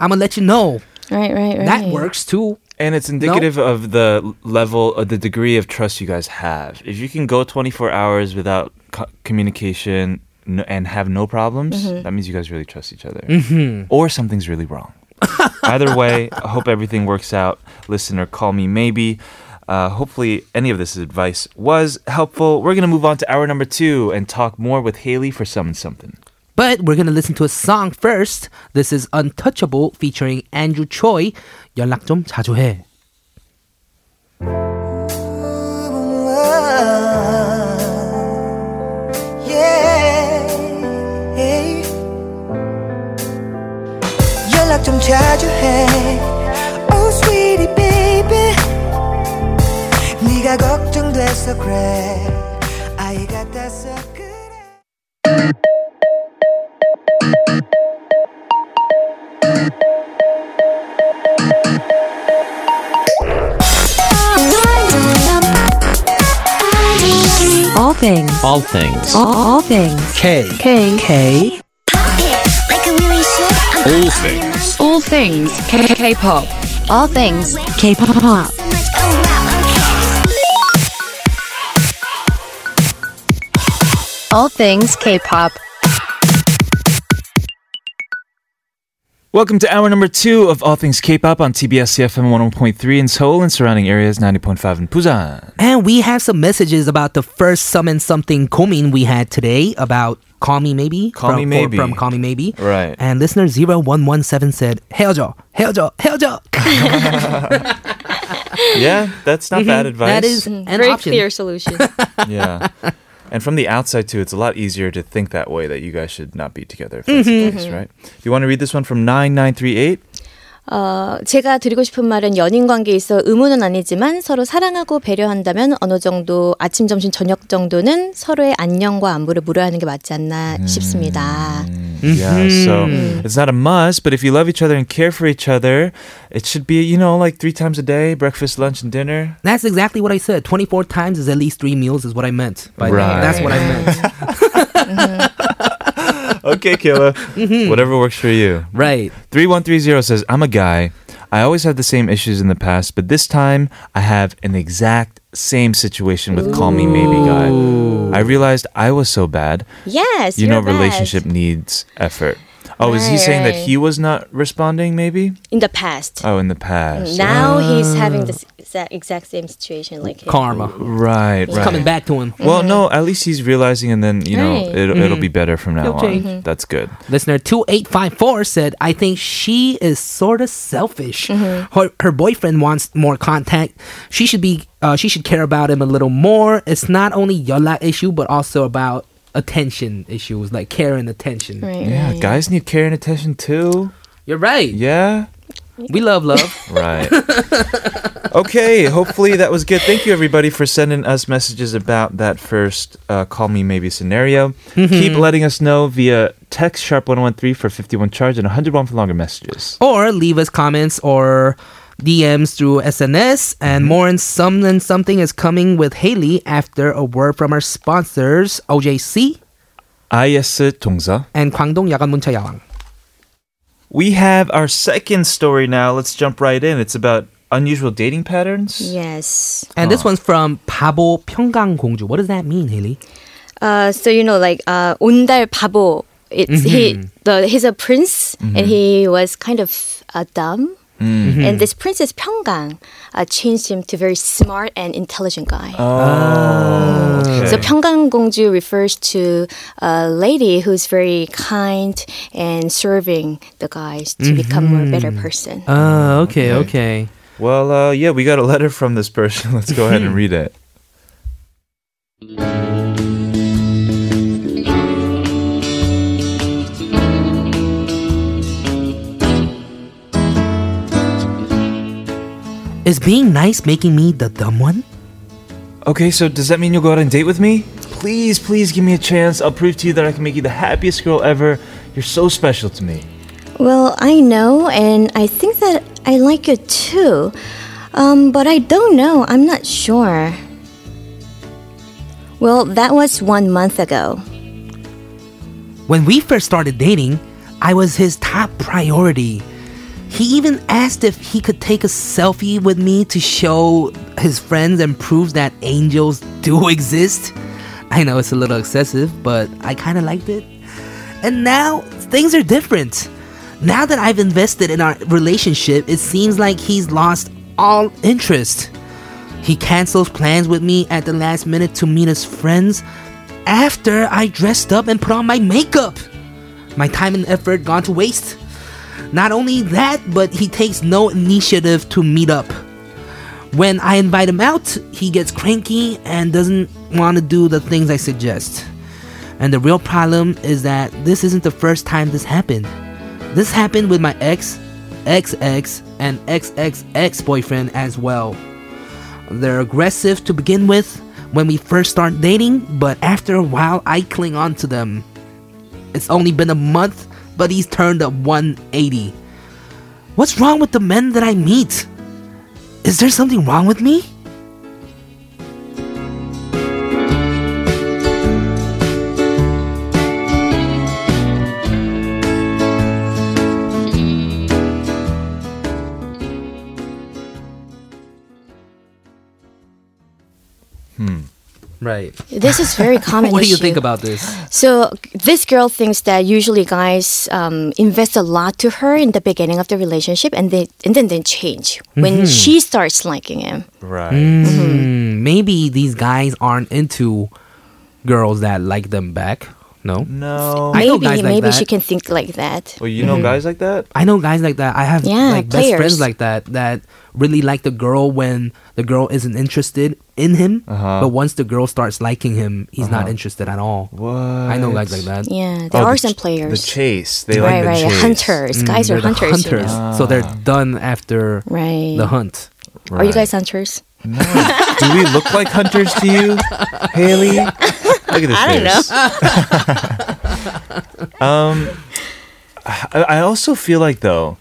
Speaker 2: I'm gonna let you know."
Speaker 6: Right, right, right.
Speaker 2: That works too.
Speaker 1: And it's indicative of the l- level, of the degree of trust you guys have. If you can go 24 hours without co- communication n- and have no problems, that means you guys really trust each other. Or something's really wrong. Either way, I hope everything works out. Listener, call me maybe. Uh, hopefully, any of this advice was helpful. We're going to move on to hour number two and talk more with Haley for Summon Something.
Speaker 2: But we're gonna listen to a song first. This is Untouchable featuring Andrew Choi. 연락 좀 자주 해.
Speaker 7: yeah. 연락 좀 자주 해. Oh sweetie baby. 네가 걱정돼서 그래. 아이 같아서 그래.
Speaker 8: things.
Speaker 9: All things.
Speaker 8: All, all things.
Speaker 2: K
Speaker 8: K.
Speaker 2: K
Speaker 9: All things.
Speaker 8: All things. K. K-pop. All things. K-pop. All things K-pop.
Speaker 1: Welcome to hour number two of All Things K-pop on TBS CFM 101.3 in Seoul and surrounding areas, 90.5 in Busan.
Speaker 2: and we have some messages about the first summon something Komin we had today about Call Me Maybe
Speaker 1: Call
Speaker 2: from,
Speaker 1: Me
Speaker 2: for-
Speaker 1: Maybe.
Speaker 2: from Call Me Maybe
Speaker 1: Right.
Speaker 2: and listener 0117 said 헤어져 헤어져 헤어져
Speaker 1: Yeah, that's not bad advice.
Speaker 2: Mm-hmm. that is
Speaker 6: Mm,
Speaker 2: an
Speaker 6: Very
Speaker 2: option
Speaker 6: clear solution.
Speaker 1: Yeah. And from the outside too, it's a lot easier to think that way that you guys should not be together. If that's
Speaker 2: Mm-hmm.
Speaker 1: the case, right? Do you want to read this one from 9938?
Speaker 6: 어, 제가 드리고 싶은 말은 연인 관계에 있어 의무는 아니지만 서로 사랑하고 배려한다면 어느 정도 아침, 점심, 저녁 정도는 서로의 안녕과 안부를 물어야 하는 게 맞지 않나
Speaker 1: 음.
Speaker 6: 싶습니다.
Speaker 2: Mm-hmm.
Speaker 1: Yeah, so it's not a must, but if you love each other and care for each other, it should be, you know, like three times a day breakfast, lunch, and dinner.
Speaker 2: that's exactly what I said 24 times is at least three meals is what I meant by that.
Speaker 1: Right.
Speaker 2: that's what I meant
Speaker 1: Okay, Kayla.
Speaker 2: Mm-hmm.
Speaker 1: Whatever works for you.
Speaker 2: right
Speaker 1: 3130 says, I'm a guy. I always had the same issues in the past, but this time I have an exact same situation with Call Me Maybe Guy. I realized I was so bad.
Speaker 6: Yes,
Speaker 1: you know,
Speaker 6: you're right.
Speaker 1: relationship needs effort. Oh, is he
Speaker 6: Right,
Speaker 1: saying that
Speaker 6: right.
Speaker 1: he was not responding, maybe?
Speaker 6: in the past.
Speaker 1: Oh, in the past.
Speaker 6: Now he's having the exact, exact same situation like him.
Speaker 2: karma
Speaker 1: Right,
Speaker 2: it's
Speaker 1: right.
Speaker 2: coming back to him
Speaker 1: Well, no, at least he's realizing, and then, you know,
Speaker 6: Mm-hmm. Right.
Speaker 1: it'll, it'll be better from now
Speaker 2: Okay.
Speaker 1: on. That's good.
Speaker 2: Listener 2854 said, I think she is sort of selfish. Her, her boyfriend wants more contact. She should be uh, she should care about him a little more. It's not only yola issue, but also about attention issues, like care and attention.
Speaker 6: Right,
Speaker 1: Yeah,
Speaker 6: right.
Speaker 1: guys need care and attention too.
Speaker 2: You're right.
Speaker 1: Yeah.
Speaker 2: We love love.
Speaker 1: Right. okay, hopefully that was good. Thank you, everybody, for sending us messages about that first uh, Call Me Maybe scenario. Keep letting us know via text sharp1013 for 51 charge and 101 for longer messages.
Speaker 2: or leave us comments or DMs through SNS. And more and some and something is coming with Haley after a word from our sponsors, OJC
Speaker 1: IS 동사.
Speaker 2: and Kwangdong Yagan Muncha Yawang.
Speaker 1: We have our second story now. Let's jump right in. It's about unusual dating patterns.
Speaker 6: Yes.
Speaker 2: And this one's from Pabo Pyeonggang Gongju. What does that mean, Haley?
Speaker 6: Uh, so you know, like uh, Ondal Pabo. It's he. The, he's a prince, and he was kind of uh, dumb. And this princess Pyongang uh, changed him to very smart and intelligent guy.
Speaker 1: Oh, okay.
Speaker 6: So Pyongang Gongju refers to a lady who's very kind and serving the guys to become more better person.
Speaker 2: Oh, okay, okay.
Speaker 1: Well, uh, yeah, we got a letter from this person. Let's go ahead and read it.
Speaker 2: Is being nice making me the dumb one?
Speaker 1: Okay, so does that mean you'll go out and date with me? Please, please give me a chance. I'll prove to you that I can make you the happiest girl ever. You're so special to me.
Speaker 6: Well, I know, and I think that I like you too. Um, but I don't know, I'm not sure. Well, that was one month ago.
Speaker 2: When we first started dating, I was his top priority. He even asked if he could take a selfie with me to show his friends and prove that angels do exist. I know it's a little excessive, but I kind of liked it. And now things are different. Now that I've invested in our relationship, it seems like he's lost all interest. He cancels plans with me at the last minute to meet his friends after I dressed up and put on my makeup. My time and effort gone to waste. Not only that, but he takes no initiative to meet up. When I invite him out, he gets cranky and doesn't want to do the things I suggest. And the real problem is that this isn't the first time this happened. This happened with my ex, ex-ex, and ex-ex-ex boyfriend as well. They're aggressive to begin with when we first start dating, but after a while, I cling on to them. It's only been a month, but he's turned a 180. What's wrong with the men that I meet? Is there something wrong with me? Right.
Speaker 6: This is very common.
Speaker 2: What do you
Speaker 6: issue.
Speaker 2: think about this?
Speaker 6: So this girl thinks that usually guys um, invest a lot to her in the beginning of the relationship, and they and then they change when
Speaker 2: Mm-hmm.
Speaker 6: she starts liking him.
Speaker 1: Right.
Speaker 2: Mm, maybe these guys aren't into girls that like them back. No.
Speaker 1: No.
Speaker 2: I know
Speaker 6: maybe
Speaker 2: guys like
Speaker 6: maybe
Speaker 2: that.
Speaker 6: she
Speaker 2: Oh,
Speaker 6: can think like that.
Speaker 1: Well, you
Speaker 2: Mm-hmm.
Speaker 1: know guys like that?
Speaker 2: I know guys like that. I have
Speaker 6: Yeah,
Speaker 2: like best friends
Speaker 6: players.
Speaker 2: like that that really like the girl when the girl isn't interested in him,
Speaker 1: Uh-huh.
Speaker 2: but once the girl starts liking him, he's not interested at all.
Speaker 1: What?
Speaker 2: I know guys like that.
Speaker 6: Yeah,
Speaker 1: Oh,
Speaker 6: there are
Speaker 1: the ch-
Speaker 6: some players.
Speaker 1: The chase. They like
Speaker 6: right,
Speaker 1: the
Speaker 6: right.
Speaker 1: chase.
Speaker 6: Hunters. guys
Speaker 2: Mm, They're
Speaker 6: are
Speaker 2: the
Speaker 6: hunters. you know.
Speaker 2: hunters, so they're done after
Speaker 6: Right.
Speaker 2: the hunt.
Speaker 6: Are you
Speaker 1: Right.
Speaker 6: guys hunters?
Speaker 1: Do we look like hunters to you, Haley? Look at this
Speaker 6: I don't
Speaker 1: face. um, I, I also feel like though,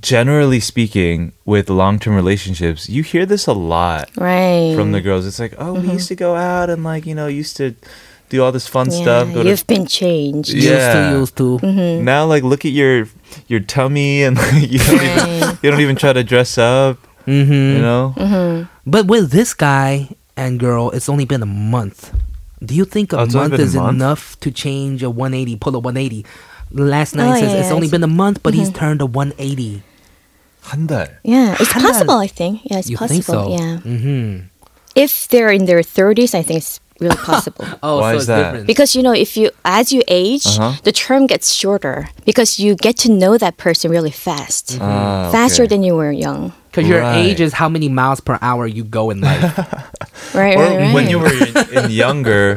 Speaker 1: generally speaking, with long-term relationships, you hear this a lot
Speaker 6: Right.
Speaker 1: from the girls. It's like, oh, we used to go out and like you know used to do all this fun
Speaker 6: Mm-hmm. yeah,
Speaker 1: stuff. Go to
Speaker 6: You've been changed.
Speaker 1: Yeah.
Speaker 2: Used to, used
Speaker 6: Mm-hmm.
Speaker 2: to.
Speaker 1: now like look at your your tummy and you, don't even, you don't even try to dress up. You know,
Speaker 2: Mm-hmm.
Speaker 6: Mm-hmm.
Speaker 2: But with this guy and girl, it's only been a month. Do you think a
Speaker 1: Oh, it's only
Speaker 2: month
Speaker 1: been a
Speaker 2: is
Speaker 1: month?
Speaker 2: enough to change a 180, pull a 180? Last night
Speaker 6: Oh,
Speaker 2: says
Speaker 6: yeah,
Speaker 2: it's
Speaker 6: yeah,
Speaker 2: only
Speaker 6: it's- Mm-hmm.
Speaker 2: been a month, but he's turned a 180.
Speaker 1: 한 달.
Speaker 6: Yeah, it's
Speaker 2: How
Speaker 6: possible.
Speaker 2: does-
Speaker 6: I think. Yeah, it's
Speaker 2: You
Speaker 6: possible.
Speaker 2: think so?
Speaker 6: Yeah.
Speaker 2: Mm-hmm.
Speaker 6: If they're in their thirties, I think it's really possible.
Speaker 2: Oh,
Speaker 1: Why
Speaker 2: so
Speaker 1: is
Speaker 2: it's
Speaker 1: that?
Speaker 2: different.
Speaker 6: Because you know, if you as you age,
Speaker 1: Uh-huh.
Speaker 6: the term gets shorter because you get to know that person really fast,
Speaker 1: Ah,
Speaker 6: faster
Speaker 1: okay.
Speaker 6: than you were young.
Speaker 2: Because your
Speaker 1: Right.
Speaker 2: age is how many miles per hour you go in life.
Speaker 6: Right,
Speaker 1: or
Speaker 6: right, right. Mm-hmm.
Speaker 1: when you were in, in younger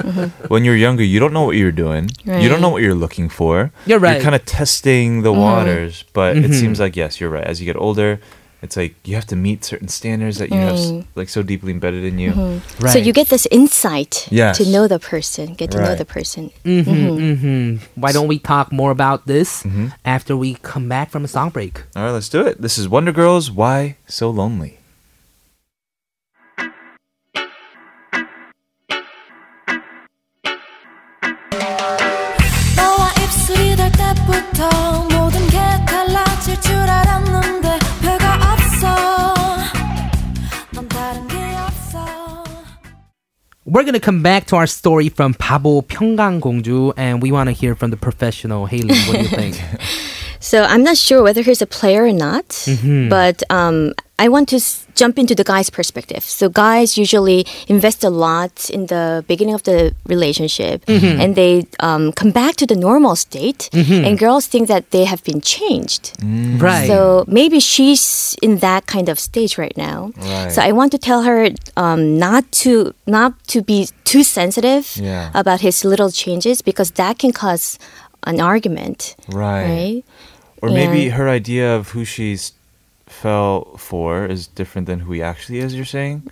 Speaker 1: when you're younger you don't know what you're doing you don't know what you're looking for
Speaker 2: You're right.
Speaker 1: you're kind of testing
Speaker 6: Mm-hmm.
Speaker 1: the waters but it seems like yes you're right as you get older it's like you have to meet certain standards that you have s- like so deeply embedded in you
Speaker 6: Mm-hmm.
Speaker 2: right.
Speaker 6: So you get this insight
Speaker 1: Yes.
Speaker 6: to know the person, get to know
Speaker 1: Right.
Speaker 6: the person.
Speaker 2: Mm-hmm, Why don't we talk more about this
Speaker 1: Mm-hmm.
Speaker 2: after we come back from a song break?
Speaker 1: all right let's do it this is wonder girls why so lonely
Speaker 5: 너와 입술이 될 때부터 모든 게 달라질 줄 알았는데 별거 없어 넌 다른 게 없어
Speaker 2: We're going to come back to our story from Pabo Gongju, and we want to hear from the professional. Haley, what do you think?
Speaker 6: So I'm not sure whether he's a player or not,
Speaker 1: Mm-hmm.
Speaker 6: but um, I want to s- jump into the guy's perspective. So guys usually invest a lot in the beginning of the relationship,
Speaker 1: Mm-hmm.
Speaker 6: and they um, come back to the normal state. And girls think that they have been changed.
Speaker 2: right.
Speaker 6: So maybe she's in that kind of stage right now.
Speaker 1: Right.
Speaker 6: So I want to tell her um, not to not to be too sensitive
Speaker 1: Yeah.
Speaker 6: about his little changes because that can cause an argument,
Speaker 1: right,
Speaker 6: right?
Speaker 1: or maybe
Speaker 6: Yeah.
Speaker 1: her idea of who she's fell for is different than who he actually is you're saying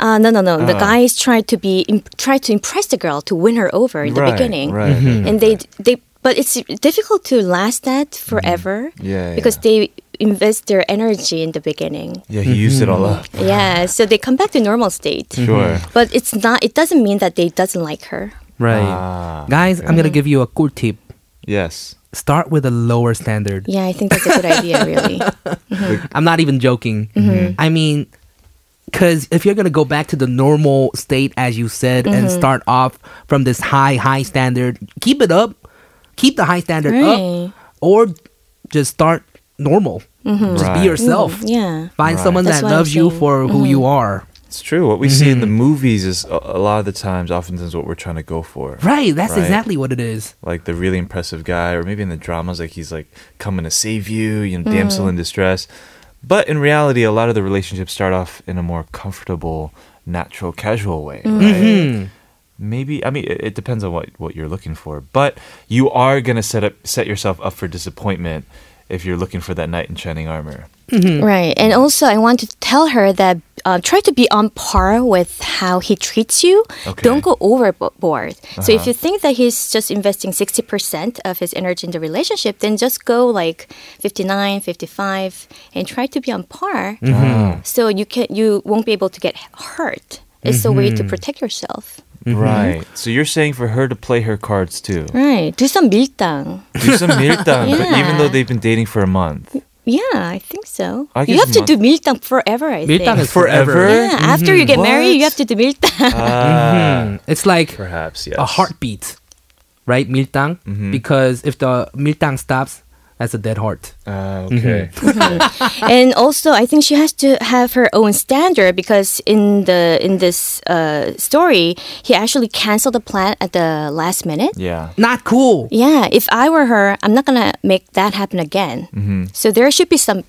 Speaker 6: Uh, no, no, no. The
Speaker 1: Ah.
Speaker 6: guys try to be im- try to impress the girl to win her over in the
Speaker 1: right,
Speaker 6: beginning,
Speaker 1: right, right,
Speaker 6: and they they. But it's difficult to last that forever
Speaker 1: Mm-hmm. Yeah,
Speaker 6: because
Speaker 1: yeah.
Speaker 6: they invest their energy in the beginning.
Speaker 1: yeah he used it all up
Speaker 6: Yeah, so they come back to normal state.
Speaker 1: Mm-hmm. sure
Speaker 6: But it's not. It doesn't mean that they doesn't like her.
Speaker 2: right.
Speaker 1: Ah,
Speaker 2: Guys, I'm going to give you a cool tip.
Speaker 1: yes
Speaker 2: Start with a lower standard.
Speaker 6: Yeah, I think that's a good idea. Really,
Speaker 2: I'm not even joking.
Speaker 6: Mm-hmm.
Speaker 2: I mean, because if you're going to go back to the normal state, as you said, and
Speaker 6: Mm-hmm.
Speaker 2: start off from this high, high standard, keep it up. Keep the high standard up.
Speaker 6: right?
Speaker 2: Or just start normal. Just
Speaker 1: Right.
Speaker 2: be yourself.
Speaker 6: Mm-hmm. Mm, Yeah.
Speaker 2: Find
Speaker 1: Right.
Speaker 2: someone
Speaker 6: That's
Speaker 2: that
Speaker 6: what I'm
Speaker 2: loves you
Speaker 6: saying.
Speaker 2: for
Speaker 6: Mm-hmm.
Speaker 2: who you are.
Speaker 1: It's true. What we see in the movies is a, a lot of the times, oftentimes, what we're trying to go for.
Speaker 2: Right. That's
Speaker 1: Right.
Speaker 2: exactly what it is.
Speaker 1: Like the really impressive guy, or maybe in the dramas, like he's like coming to save you, you know, damsel in distress. But in reality, a lot of the relationships start off in a more comfortable, natural, casual way. Right? Maybe I mean it, it depends on what what you're looking for, but you are gonna set up set yourself up for disappointment if you're looking for that knight in shining armor.
Speaker 6: Right. And also, I want to tell her that uh, try to be on par with how he treats you.
Speaker 1: Okay. Uh-huh.
Speaker 6: Don't go overboard. So, if you think that he's just investing 60% of his energy in the relationship, then just go like 59, 55, and try to be on par.
Speaker 1: Mm-hmm.
Speaker 6: So, you, can, you won't be able to get hurt. It's a way
Speaker 1: Mm-hmm.
Speaker 6: to protect yourself.
Speaker 1: Right. So you're saying for her to play her cards too.
Speaker 6: Right. Do some 밀당.
Speaker 1: do some 밀당, but even
Speaker 6: Yeah.
Speaker 1: though they've been dating for a month.
Speaker 6: Yeah, I think so.
Speaker 1: I
Speaker 6: you
Speaker 1: guess not.
Speaker 6: have to do milk forever, I think.
Speaker 2: Miltang is
Speaker 1: Forever?
Speaker 6: Yeah, after you get married,
Speaker 1: Mm-hmm.
Speaker 6: you
Speaker 1: What?
Speaker 6: have to do miltang.
Speaker 1: Ah,
Speaker 2: Mm, It's like
Speaker 1: Perhaps, yes.
Speaker 2: a heartbeat, right? Miltang,
Speaker 1: Mm-hmm.
Speaker 2: because if the miltang stops, that's a dead heart.
Speaker 1: Ah, okay.
Speaker 6: and also, I think she has to have her own standard because in the in this uh, story, he actually canceled the plan at the last minute.
Speaker 1: yeah.
Speaker 2: Not cool.
Speaker 6: Yeah, if I were her, I'm not gonna make that happen again.
Speaker 1: Mm-hmm.
Speaker 6: So there should be some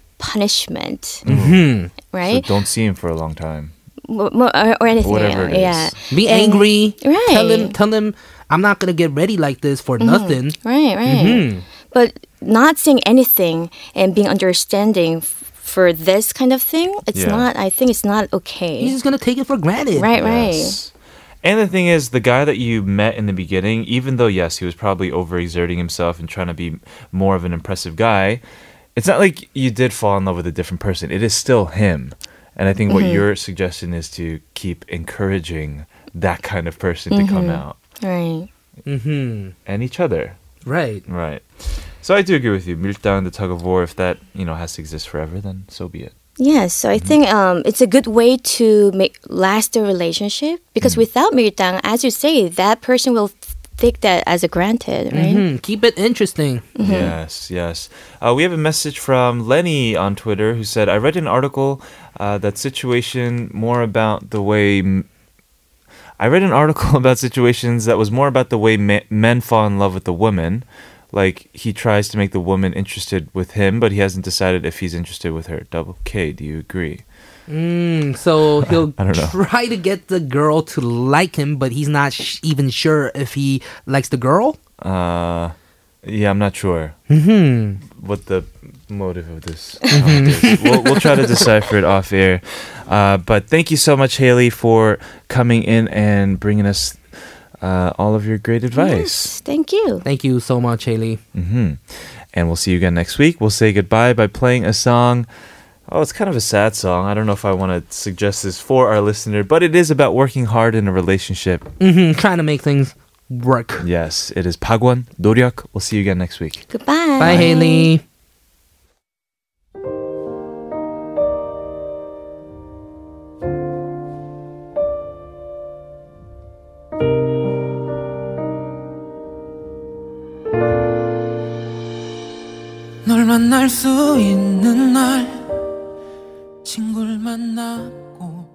Speaker 6: punishment,
Speaker 2: Mm-hmm.
Speaker 1: So
Speaker 6: right?
Speaker 1: don't see him for a long time.
Speaker 6: Mo- mo- or, or anything.
Speaker 1: Whatever it is.
Speaker 6: yeah.
Speaker 2: Be angry.
Speaker 6: Right. Mm-hmm.
Speaker 2: Tell him. Tell him. I'm not gonna get ready like this for nothing.
Speaker 6: Right, right.
Speaker 2: Mm-hmm.
Speaker 6: But not saying anything and being understanding f- for this kind of thing, it's
Speaker 1: Yeah.
Speaker 6: not, I think it's not okay.
Speaker 2: He's just gonna take it for granted.
Speaker 6: right, right.
Speaker 1: And the thing is, the guy that you met in the beginning, even though, yes, he was probably overexerting himself and trying to be more of an impressive guy, it's not like you did fall in love with a different person. It is still him. And I think what
Speaker 6: Mm-hmm.
Speaker 1: your suggestion is to keep encouraging that kind of person to
Speaker 6: Mm-hmm.
Speaker 1: come out
Speaker 6: Right.
Speaker 1: and each other.
Speaker 2: Right.
Speaker 1: Right. So I do agree with you. Miltang, the tug of war, if that, you know, has to exist forever, then so be it.
Speaker 6: Yeah, so I think um, it's a good way to make last the relationship because without Miritang, as you say, that person will f- take that as a granted, right?
Speaker 2: Hmm, keep it interesting.
Speaker 1: Yes, yes. Uh, we have a message from Lenny on Twitter who said, I read an article uh, that situation more about the way. m- I read an article about situations that was more about the way me- men fall in love with the woman. Like, he tries to make the woman interested with him, but he hasn't decided if he's interested with her. Double K, do you agree?
Speaker 2: Mm, so he'll
Speaker 1: I don't know.
Speaker 2: try to get the girl to like him, but he's not sh- even sure if he likes the girl.
Speaker 1: Uh, yeah, I'm not sure what the motive of this is. We'll, we'll try to decipher it off air. Uh, but thank you so much, Haley, for coming in and bringing us uh, all of your great advice.
Speaker 6: Yes, thank you.
Speaker 2: Thank you so much, Haley.
Speaker 1: And we'll see you again next week. We'll say goodbye by playing a song. Oh, it's kind of a sad song. I don't know if I want to suggest this for our listener, but it is about working hard in a relationship.
Speaker 2: hmm trying to make things work.
Speaker 1: Yes, it is Pagwan Doryak. We'll see you again next week.
Speaker 6: Goodbye.
Speaker 2: Bye, Haley.
Speaker 3: 널 만날 수 있는 날 친구를 만나고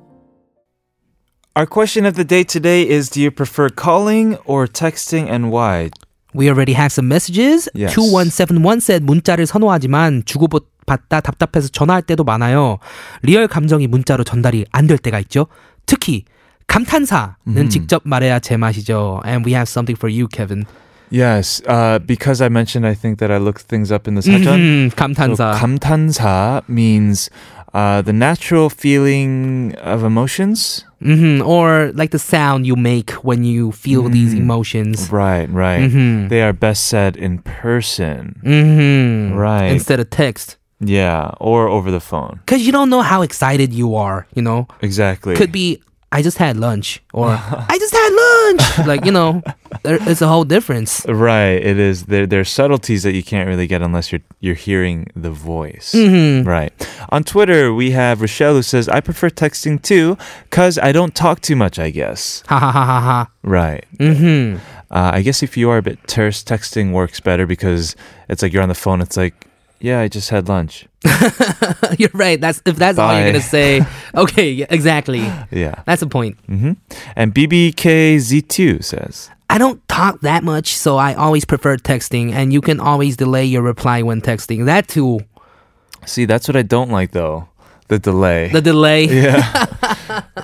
Speaker 1: Our question of the day today is Do you prefer calling or texting and why?
Speaker 2: We already have some messages.
Speaker 1: Yes.
Speaker 2: 2171 said 문자를 선호하지만 주고받다 답답해서 전화할 때도 많아요. 리얼 감정이 문자로 전달이 안 될 때가 있죠. 특히 감탄사는 직접 말해야 제맛이죠. And we have something for you, Kevin.
Speaker 1: Yes, uh, because I mentioned, I think that I looked things up in the sajjan.
Speaker 2: 음,
Speaker 1: So
Speaker 2: 감탄사.
Speaker 1: 감탄사 means uh, the natural feeling of emotions.
Speaker 2: hmm Or like the sound you make when you feel these emotions.
Speaker 1: Right, right. They are best said in person.
Speaker 2: hmm
Speaker 1: Right.
Speaker 2: Instead of text.
Speaker 1: Yeah, or over the phone.
Speaker 2: Because you don't know how excited you are, you know?
Speaker 1: Exactly.
Speaker 2: Could be, I just had lunch. Or, I just had lunch. Like, you know, there, it's a whole difference.
Speaker 1: Right, it is. There, there are subtleties that you can't really get unless you're you're hearing the voice. Right. On Twitter, we have Rochelle who says, "I prefer texting too, cause I don't talk too much. I guess."
Speaker 2: Ha ha ha ha ha.
Speaker 1: Right.
Speaker 2: hmm
Speaker 1: Uh, I guess if you are a bit terse, texting works better because it's like you're on the phone. It's like, yeah, I just had lunch.
Speaker 2: You're right. That's If that's all you're
Speaker 1: Bye.
Speaker 2: going to say. Okay, yeah, exactly.
Speaker 1: Yeah.
Speaker 2: That's the point.
Speaker 1: And BBKZ2 says,
Speaker 2: I don't talk that much, so I always prefer texting, and you can always delay your reply when texting. That too.
Speaker 1: "See, that's what I don't like though, the delay."
Speaker 2: The delay.
Speaker 1: yeah.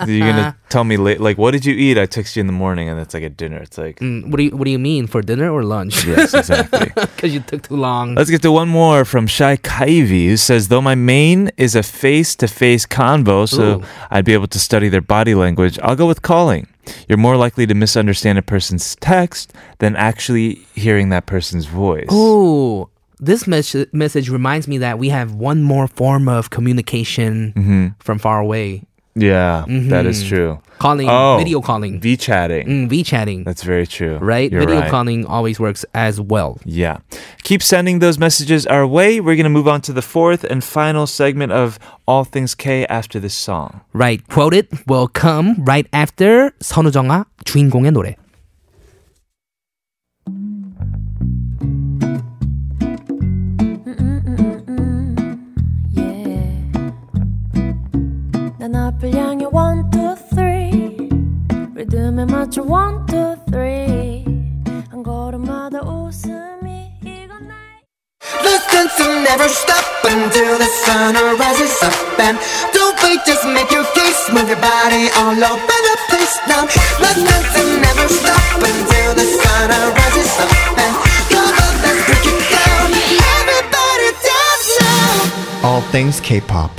Speaker 1: You're gonna tell me late, like, what did you eat? I text you in the morning, and it's like at dinner. It's like,
Speaker 2: Mm, what do you What do you mean for dinner or lunch?
Speaker 1: Yes, exactly.
Speaker 2: Because you took too long.
Speaker 1: Let's get to one more from Shai Kaivi, who says, Though my main is a face to face convo, so
Speaker 2: Ooh.
Speaker 1: I'd be able to study their body language, I'll go with calling. You're more likely to misunderstand a person's text than actually hearing that person's voice.
Speaker 2: Ooh, this mes-
Speaker 1: Mm-hmm.
Speaker 2: message reminds me that we have one more form of communication from far away.
Speaker 1: Yeah, that is true.
Speaker 2: Calling, video
Speaker 1: Oh.
Speaker 2: calling.
Speaker 1: V chatting.
Speaker 2: Mm-hmm. Mm, V-chatting,
Speaker 1: That's very true.
Speaker 2: right?
Speaker 1: You're
Speaker 2: video
Speaker 1: right.
Speaker 2: calling always works as well.
Speaker 1: Yeah. Keep sending those messages our way. We're going to move on to the fourth and final segment of All Things K after this song.
Speaker 2: Right, quoted will come right after 선우정아 주인공의 노래.
Speaker 5: 난 앞을 향해 one two three 리듬에 맞춰 one two three 한 걸음마다 웃음이 이건 나
Speaker 7: The dancing never stop until the sun rises up and don't wait, just make your case, move your body all over the place now. The dancing never stop until the sun rises up and come on, let's break it down. Everybody dance now. All things K-pop.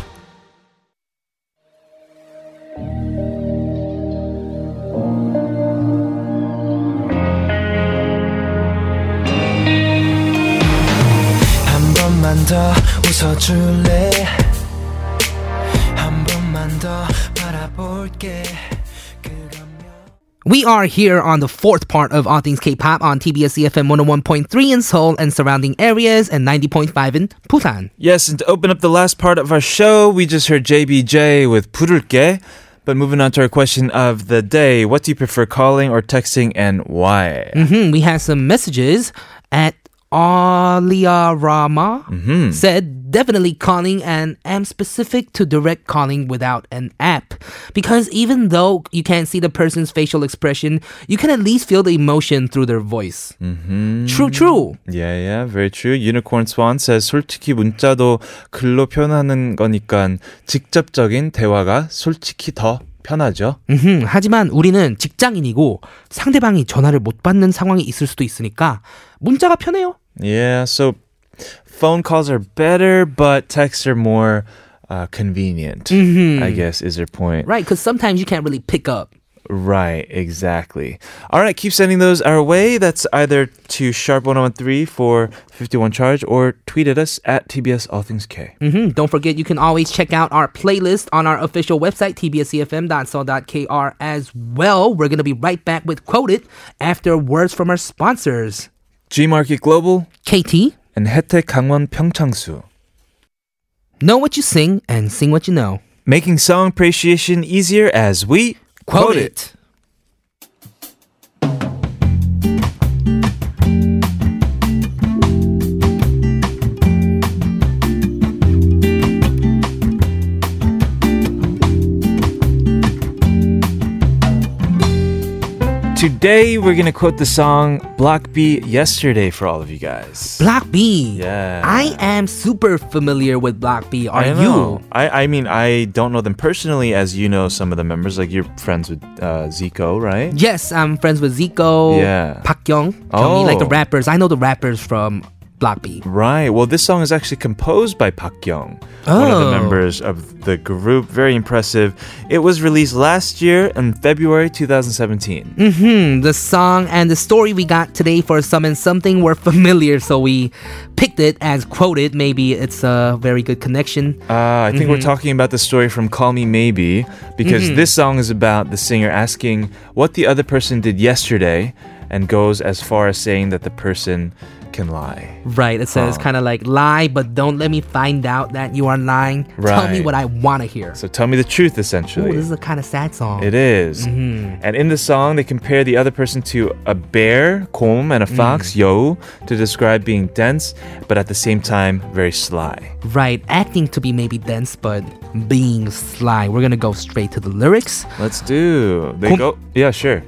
Speaker 3: 한 번만 더 웃어줄래 한 번만 더 바라볼게 그러면
Speaker 2: We are here on the fourth part of All Things K-pop on TBS EFM 101.3 in Seoul and surrounding areas and 90.5 in Busan.
Speaker 1: Yes, and to open up the last part of our show, we just heard JBJ with 부를게. But moving on to our question of the day, what do you prefer calling or texting and why?
Speaker 2: hmm we had some messages at Alia Rama said definitely calling and am specific to direct calling without an app because even though you can't see the person's facial expression, you can at least feel the emotion through their voice. True, true.
Speaker 1: Yeah, yeah, very true. Unicorn Swan says 솔직히 문자도 글로 표현하는 거니까 직접적인 대화가 솔직히 더 편하죠.
Speaker 2: 음, Hmm, 하지만 우리는 직장인이고 상대방이 전화를 못 받는 상황이 있을 수도 있으니까 문자가 편해요.
Speaker 1: Yeah, so phone calls are better, but texts are more uh, convenient. I guess is your point.
Speaker 2: Right, because sometimes you can't really pick up.
Speaker 1: Right, exactly. All right, keep sending those our way. That's either to sharp1013 for 51 charge or tweet at us at TBS All Things K.
Speaker 2: hmm Don't forget, you can always check out our playlist on our official website, tbscfm.so.kr as well. We're going to be right back with Quoted after words from our sponsors.
Speaker 1: G Market Global
Speaker 2: KT,
Speaker 1: and 혜택 강원 평창수.
Speaker 2: know what you sing and sing what you know.
Speaker 1: Making song appreciation easier as we
Speaker 2: Quote it.
Speaker 1: Today, we're going to quote the song Block B yesterday for all of you guys.
Speaker 2: Block B.
Speaker 1: Yeah.
Speaker 2: I am super familiar with Block B. Are
Speaker 1: I
Speaker 2: you?
Speaker 1: know. I, I mean, I don't know them personally, as you know some of the members. Like, you're friends with uh, Zico, right?
Speaker 2: Yes, I'm friends with Zico,
Speaker 1: Yeah.
Speaker 2: Pak Young, Kyung,
Speaker 1: Oh.
Speaker 2: like the rappers. I know the rappers from Block B.
Speaker 1: Right. Well, this song is actually composed by Pak Young, one of the
Speaker 2: Oh.
Speaker 1: members of the group. Very impressive. It was released last year in February 2017.
Speaker 2: Hmm, the song and the story we got today for Summon Something were familiar, so we picked it as quoted. Maybe it's a very good connection.
Speaker 1: Ah, I think we're
Speaker 2: Mm-hmm.
Speaker 1: talking about the story from Call Me Maybe because this song is about the singer asking what the other person did yesterday and goes as far as saying that the person can lie.
Speaker 2: Right, it says kind of like lie, but don't let me find out that you are lying. Tell
Speaker 1: Right.
Speaker 2: me what I want to hear.
Speaker 1: So tell me the truth,
Speaker 2: Ooh,
Speaker 1: essentially.
Speaker 2: this is a kind of sad song.
Speaker 1: It is. And in the song, they compare the other person to a bear, 곰, and a fox, yo, to describe being dense, but at the same time, very sly.
Speaker 2: Right, acting to be maybe dense, but being sly. We're gonna go straight to the lyrics.
Speaker 1: Let's do. They
Speaker 2: 곰-
Speaker 1: go. Yeah, sure.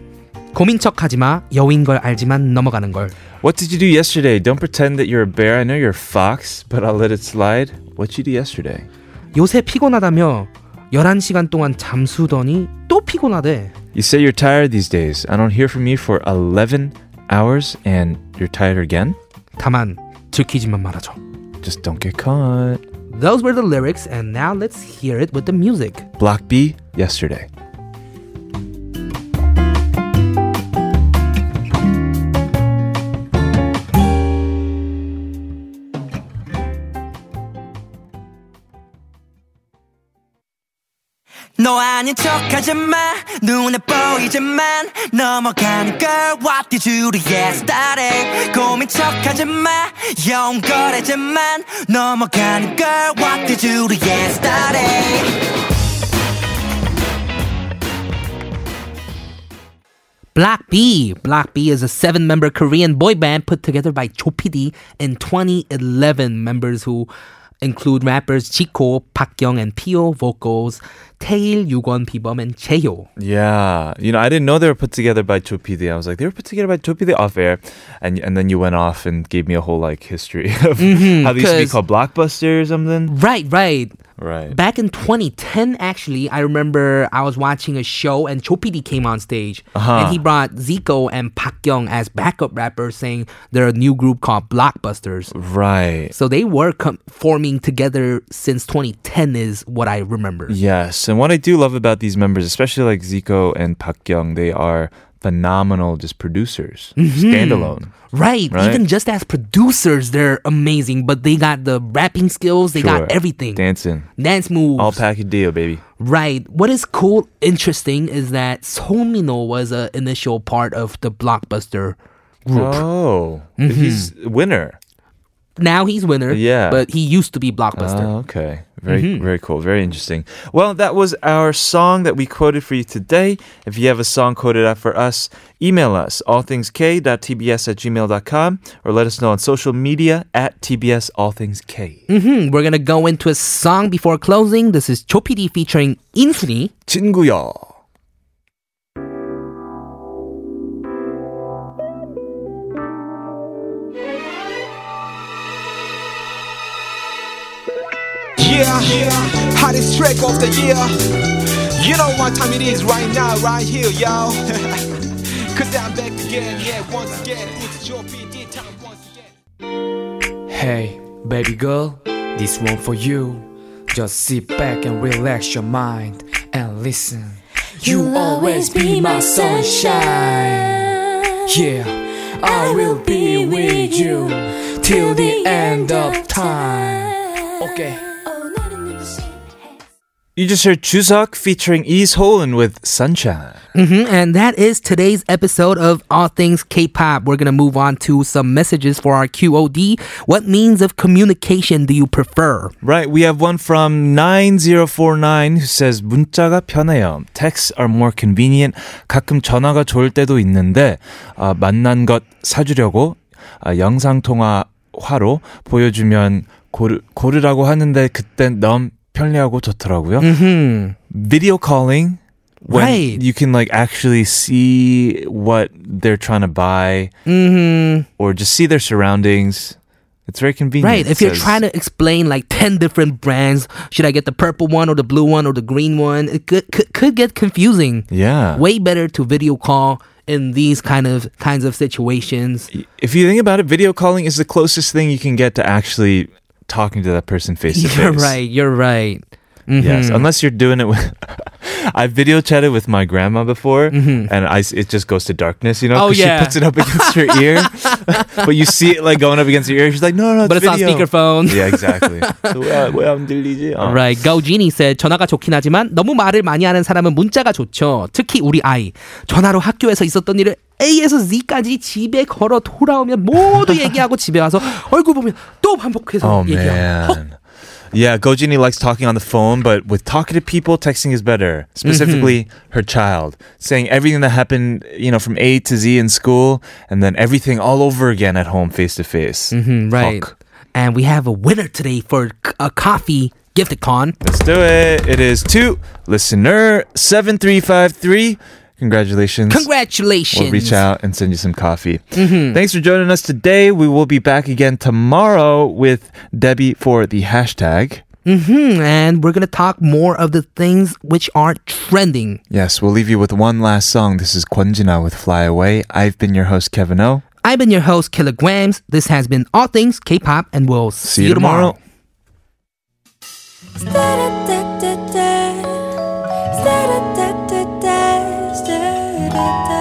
Speaker 2: 고민 척하지 마, 여인 걸 알지만 넘어가는 걸.
Speaker 1: What did you do yesterday? Don't pretend that you're a bear. I know you're a fox, but I'll let it slide. What you do yesterday?
Speaker 2: 요새 피곤하다며 11시간 동안 잠수더니 또 피곤하대.
Speaker 1: You say you're tired these days. I don't hear from you for 11 hours, and you're tired again?
Speaker 2: 다만 들키지만 말아줘.
Speaker 1: Just don't get caught.
Speaker 2: Those were the lyrics, and now let's hear it with the music.
Speaker 1: Block B yesterday.
Speaker 3: 너 아닌 척하지 마 눈에 보이지만 넘어가는 걸 What did you do yesterday 고민 척하지 마 영거래지만 넘어가는 걸 What did you do yesterday
Speaker 2: Black B. Black B is a seven member Korean boy band put together by Chopidi in 2011. Members who include rappers Chico, Pakyoung, and Pio, vocals Tail, Yugon, Pibom, and Cheo.
Speaker 1: Yeah, you know, I didn't know they were put together by Chopidi. I was like, they were put together by Chopidi off air, and and then you went off and gave me a whole like history of how they used to be
Speaker 2: Mm-hmm, 'cause-
Speaker 1: called Blockbuster or something.
Speaker 2: Right, right.
Speaker 1: Right.
Speaker 2: Back in 2010, actually, I remember I was watching a show and Chopidi came on stage.
Speaker 1: Uh-huh.
Speaker 2: And he brought Zico and Pakyoung as backup rappers, saying they're a new group called Blockbusters.
Speaker 1: Mm. right.
Speaker 2: So they were com- forming together since 2010, is what I remember.
Speaker 1: Yes, and what I do love about these members, especially like Zico and Pak Young, they are phenomenal just producers,
Speaker 2: Mm-hmm.
Speaker 1: standalone.
Speaker 2: Right.
Speaker 1: Right.
Speaker 2: Even just as producers, they're amazing, but they got the rapping skills, they
Speaker 1: Sure.
Speaker 2: got everything.
Speaker 1: dancing,
Speaker 2: Dance moves.
Speaker 1: all package deal, baby.
Speaker 2: right. What is cool, interesting, is that Solmino was an initial part of the blockbuster group.
Speaker 1: Oh,
Speaker 2: Mm-hmm.
Speaker 1: he's winner.
Speaker 2: now he's winner.
Speaker 1: Yeah.
Speaker 2: But he used to be blockbuster.
Speaker 1: Ah, okay. Very, very cool. Very interesting. Well, that was our song that we quoted for you today. If you have a song quoted out for us, email us allthingsk.tbs at gmail.com or let us know on social media at tbs allthingsk.
Speaker 2: Hmm, we're gonna go into a song before closing. This is Chopidi featuring Insuni.
Speaker 1: 친구야.
Speaker 9: Yeah, hottest track of the year. You know what time it is right now, right here, y'all. Cause I'm back again, yeah, once again. It's your PD time once again.
Speaker 10: Hey, baby girl, this one for you. Just sit back and relax your mind and listen.
Speaker 5: You'll always be my sunshine.
Speaker 10: Yeah, I will be with you till the end of time. Okay.
Speaker 5: Oh, 나는 눈이 실해.
Speaker 1: You just heard Chuseok featuring Ease Holen with Sunshine.
Speaker 2: Mm-hmm, and that is today's episode of All Things K-pop. We're gonna move on to some messages for our QOD. What means of communication do you prefer?
Speaker 1: Right, we have one from 9049 who says 문자가 편해요. Texts are more convenient. 가끔 전화가 좋을 때도 있는데 아, 만난 것 사주려고 아, 영상 통화화로 보여주면 고르, 고르라고 하는데 그땐 너무 편리하고 좋더라고요. Video calling when
Speaker 2: Right.
Speaker 1: you can like actually see what they're trying to buy or just see their surroundings. It's very convenient.
Speaker 2: Mm-hmm. Right. If you're
Speaker 1: says-
Speaker 2: trying to explain like 10 different brands, should I get the purple one or the blue one or the green one? It could could, could get confusing.
Speaker 1: yeah.
Speaker 2: Way better to video call in these kind of kinds of situations.
Speaker 1: if you think about it, video calling is the closest thing you can get to actually talking to that person face to face.
Speaker 2: You're right. Mm-hmm. You're right.
Speaker 1: Yes, unless you're doing it with. I video chatted with my grandma before, and I s- it just goes to darkness, you know,
Speaker 2: Mm-hmm. Oh,
Speaker 1: 'cause
Speaker 2: yeah.
Speaker 1: she puts it up against her ear, but you see it like going up against your ear. She's like, no, no, it's
Speaker 2: But it's on
Speaker 1: video."
Speaker 2: speakerphone.
Speaker 1: Yeah, exactly. so 왜, 왜 흔들리지? 어.
Speaker 2: Right. 가오진이 said 전화가 좋긴 하지만 너무 말을 많이 하는 사람은 문자가 좋죠. 특히 우리 아이 전화로 학교에서 있었던 일을 A에서 Z까지 집에 걸어 돌아오면 모두 얘기하고 집에 와서 얼굴 보면 또 반복해서
Speaker 1: Oh
Speaker 2: 얘기하고 헉,
Speaker 1: man. Yeah, Gojini likes talking on the phone, but with talkative people, texting is better. Specifically,
Speaker 2: Mm-hmm.
Speaker 1: her child saying everything that happened, you know, from A to Z in school, and then everything all over again at home, face to face.
Speaker 2: Mm-hmm, right.
Speaker 1: Fuck.
Speaker 2: And we have a winner today for c- a coffee gifticon.
Speaker 1: Let's do it. It is two listener seven three five three. Congratulations.
Speaker 2: Congratulations. Mm-hmm.
Speaker 1: We'll reach out and send you some coffee. Thanks for joining us today. We will be back again tomorrow with Debbie for the hashtag.
Speaker 2: Hmm, and we're going to talk more of the things which are trending.
Speaker 1: Yes, we'll leave you with one last song. This is Kwonjina with Fly Away. I've been your host, Kevin O.
Speaker 2: I've been your host, Kilograms. This has been All Things K-Pop, and we'll see,
Speaker 1: See you
Speaker 2: tomorrow.
Speaker 1: tomorrow.
Speaker 5: Da-da-da-da-da. Da-da-da-da-da. Da-da-da.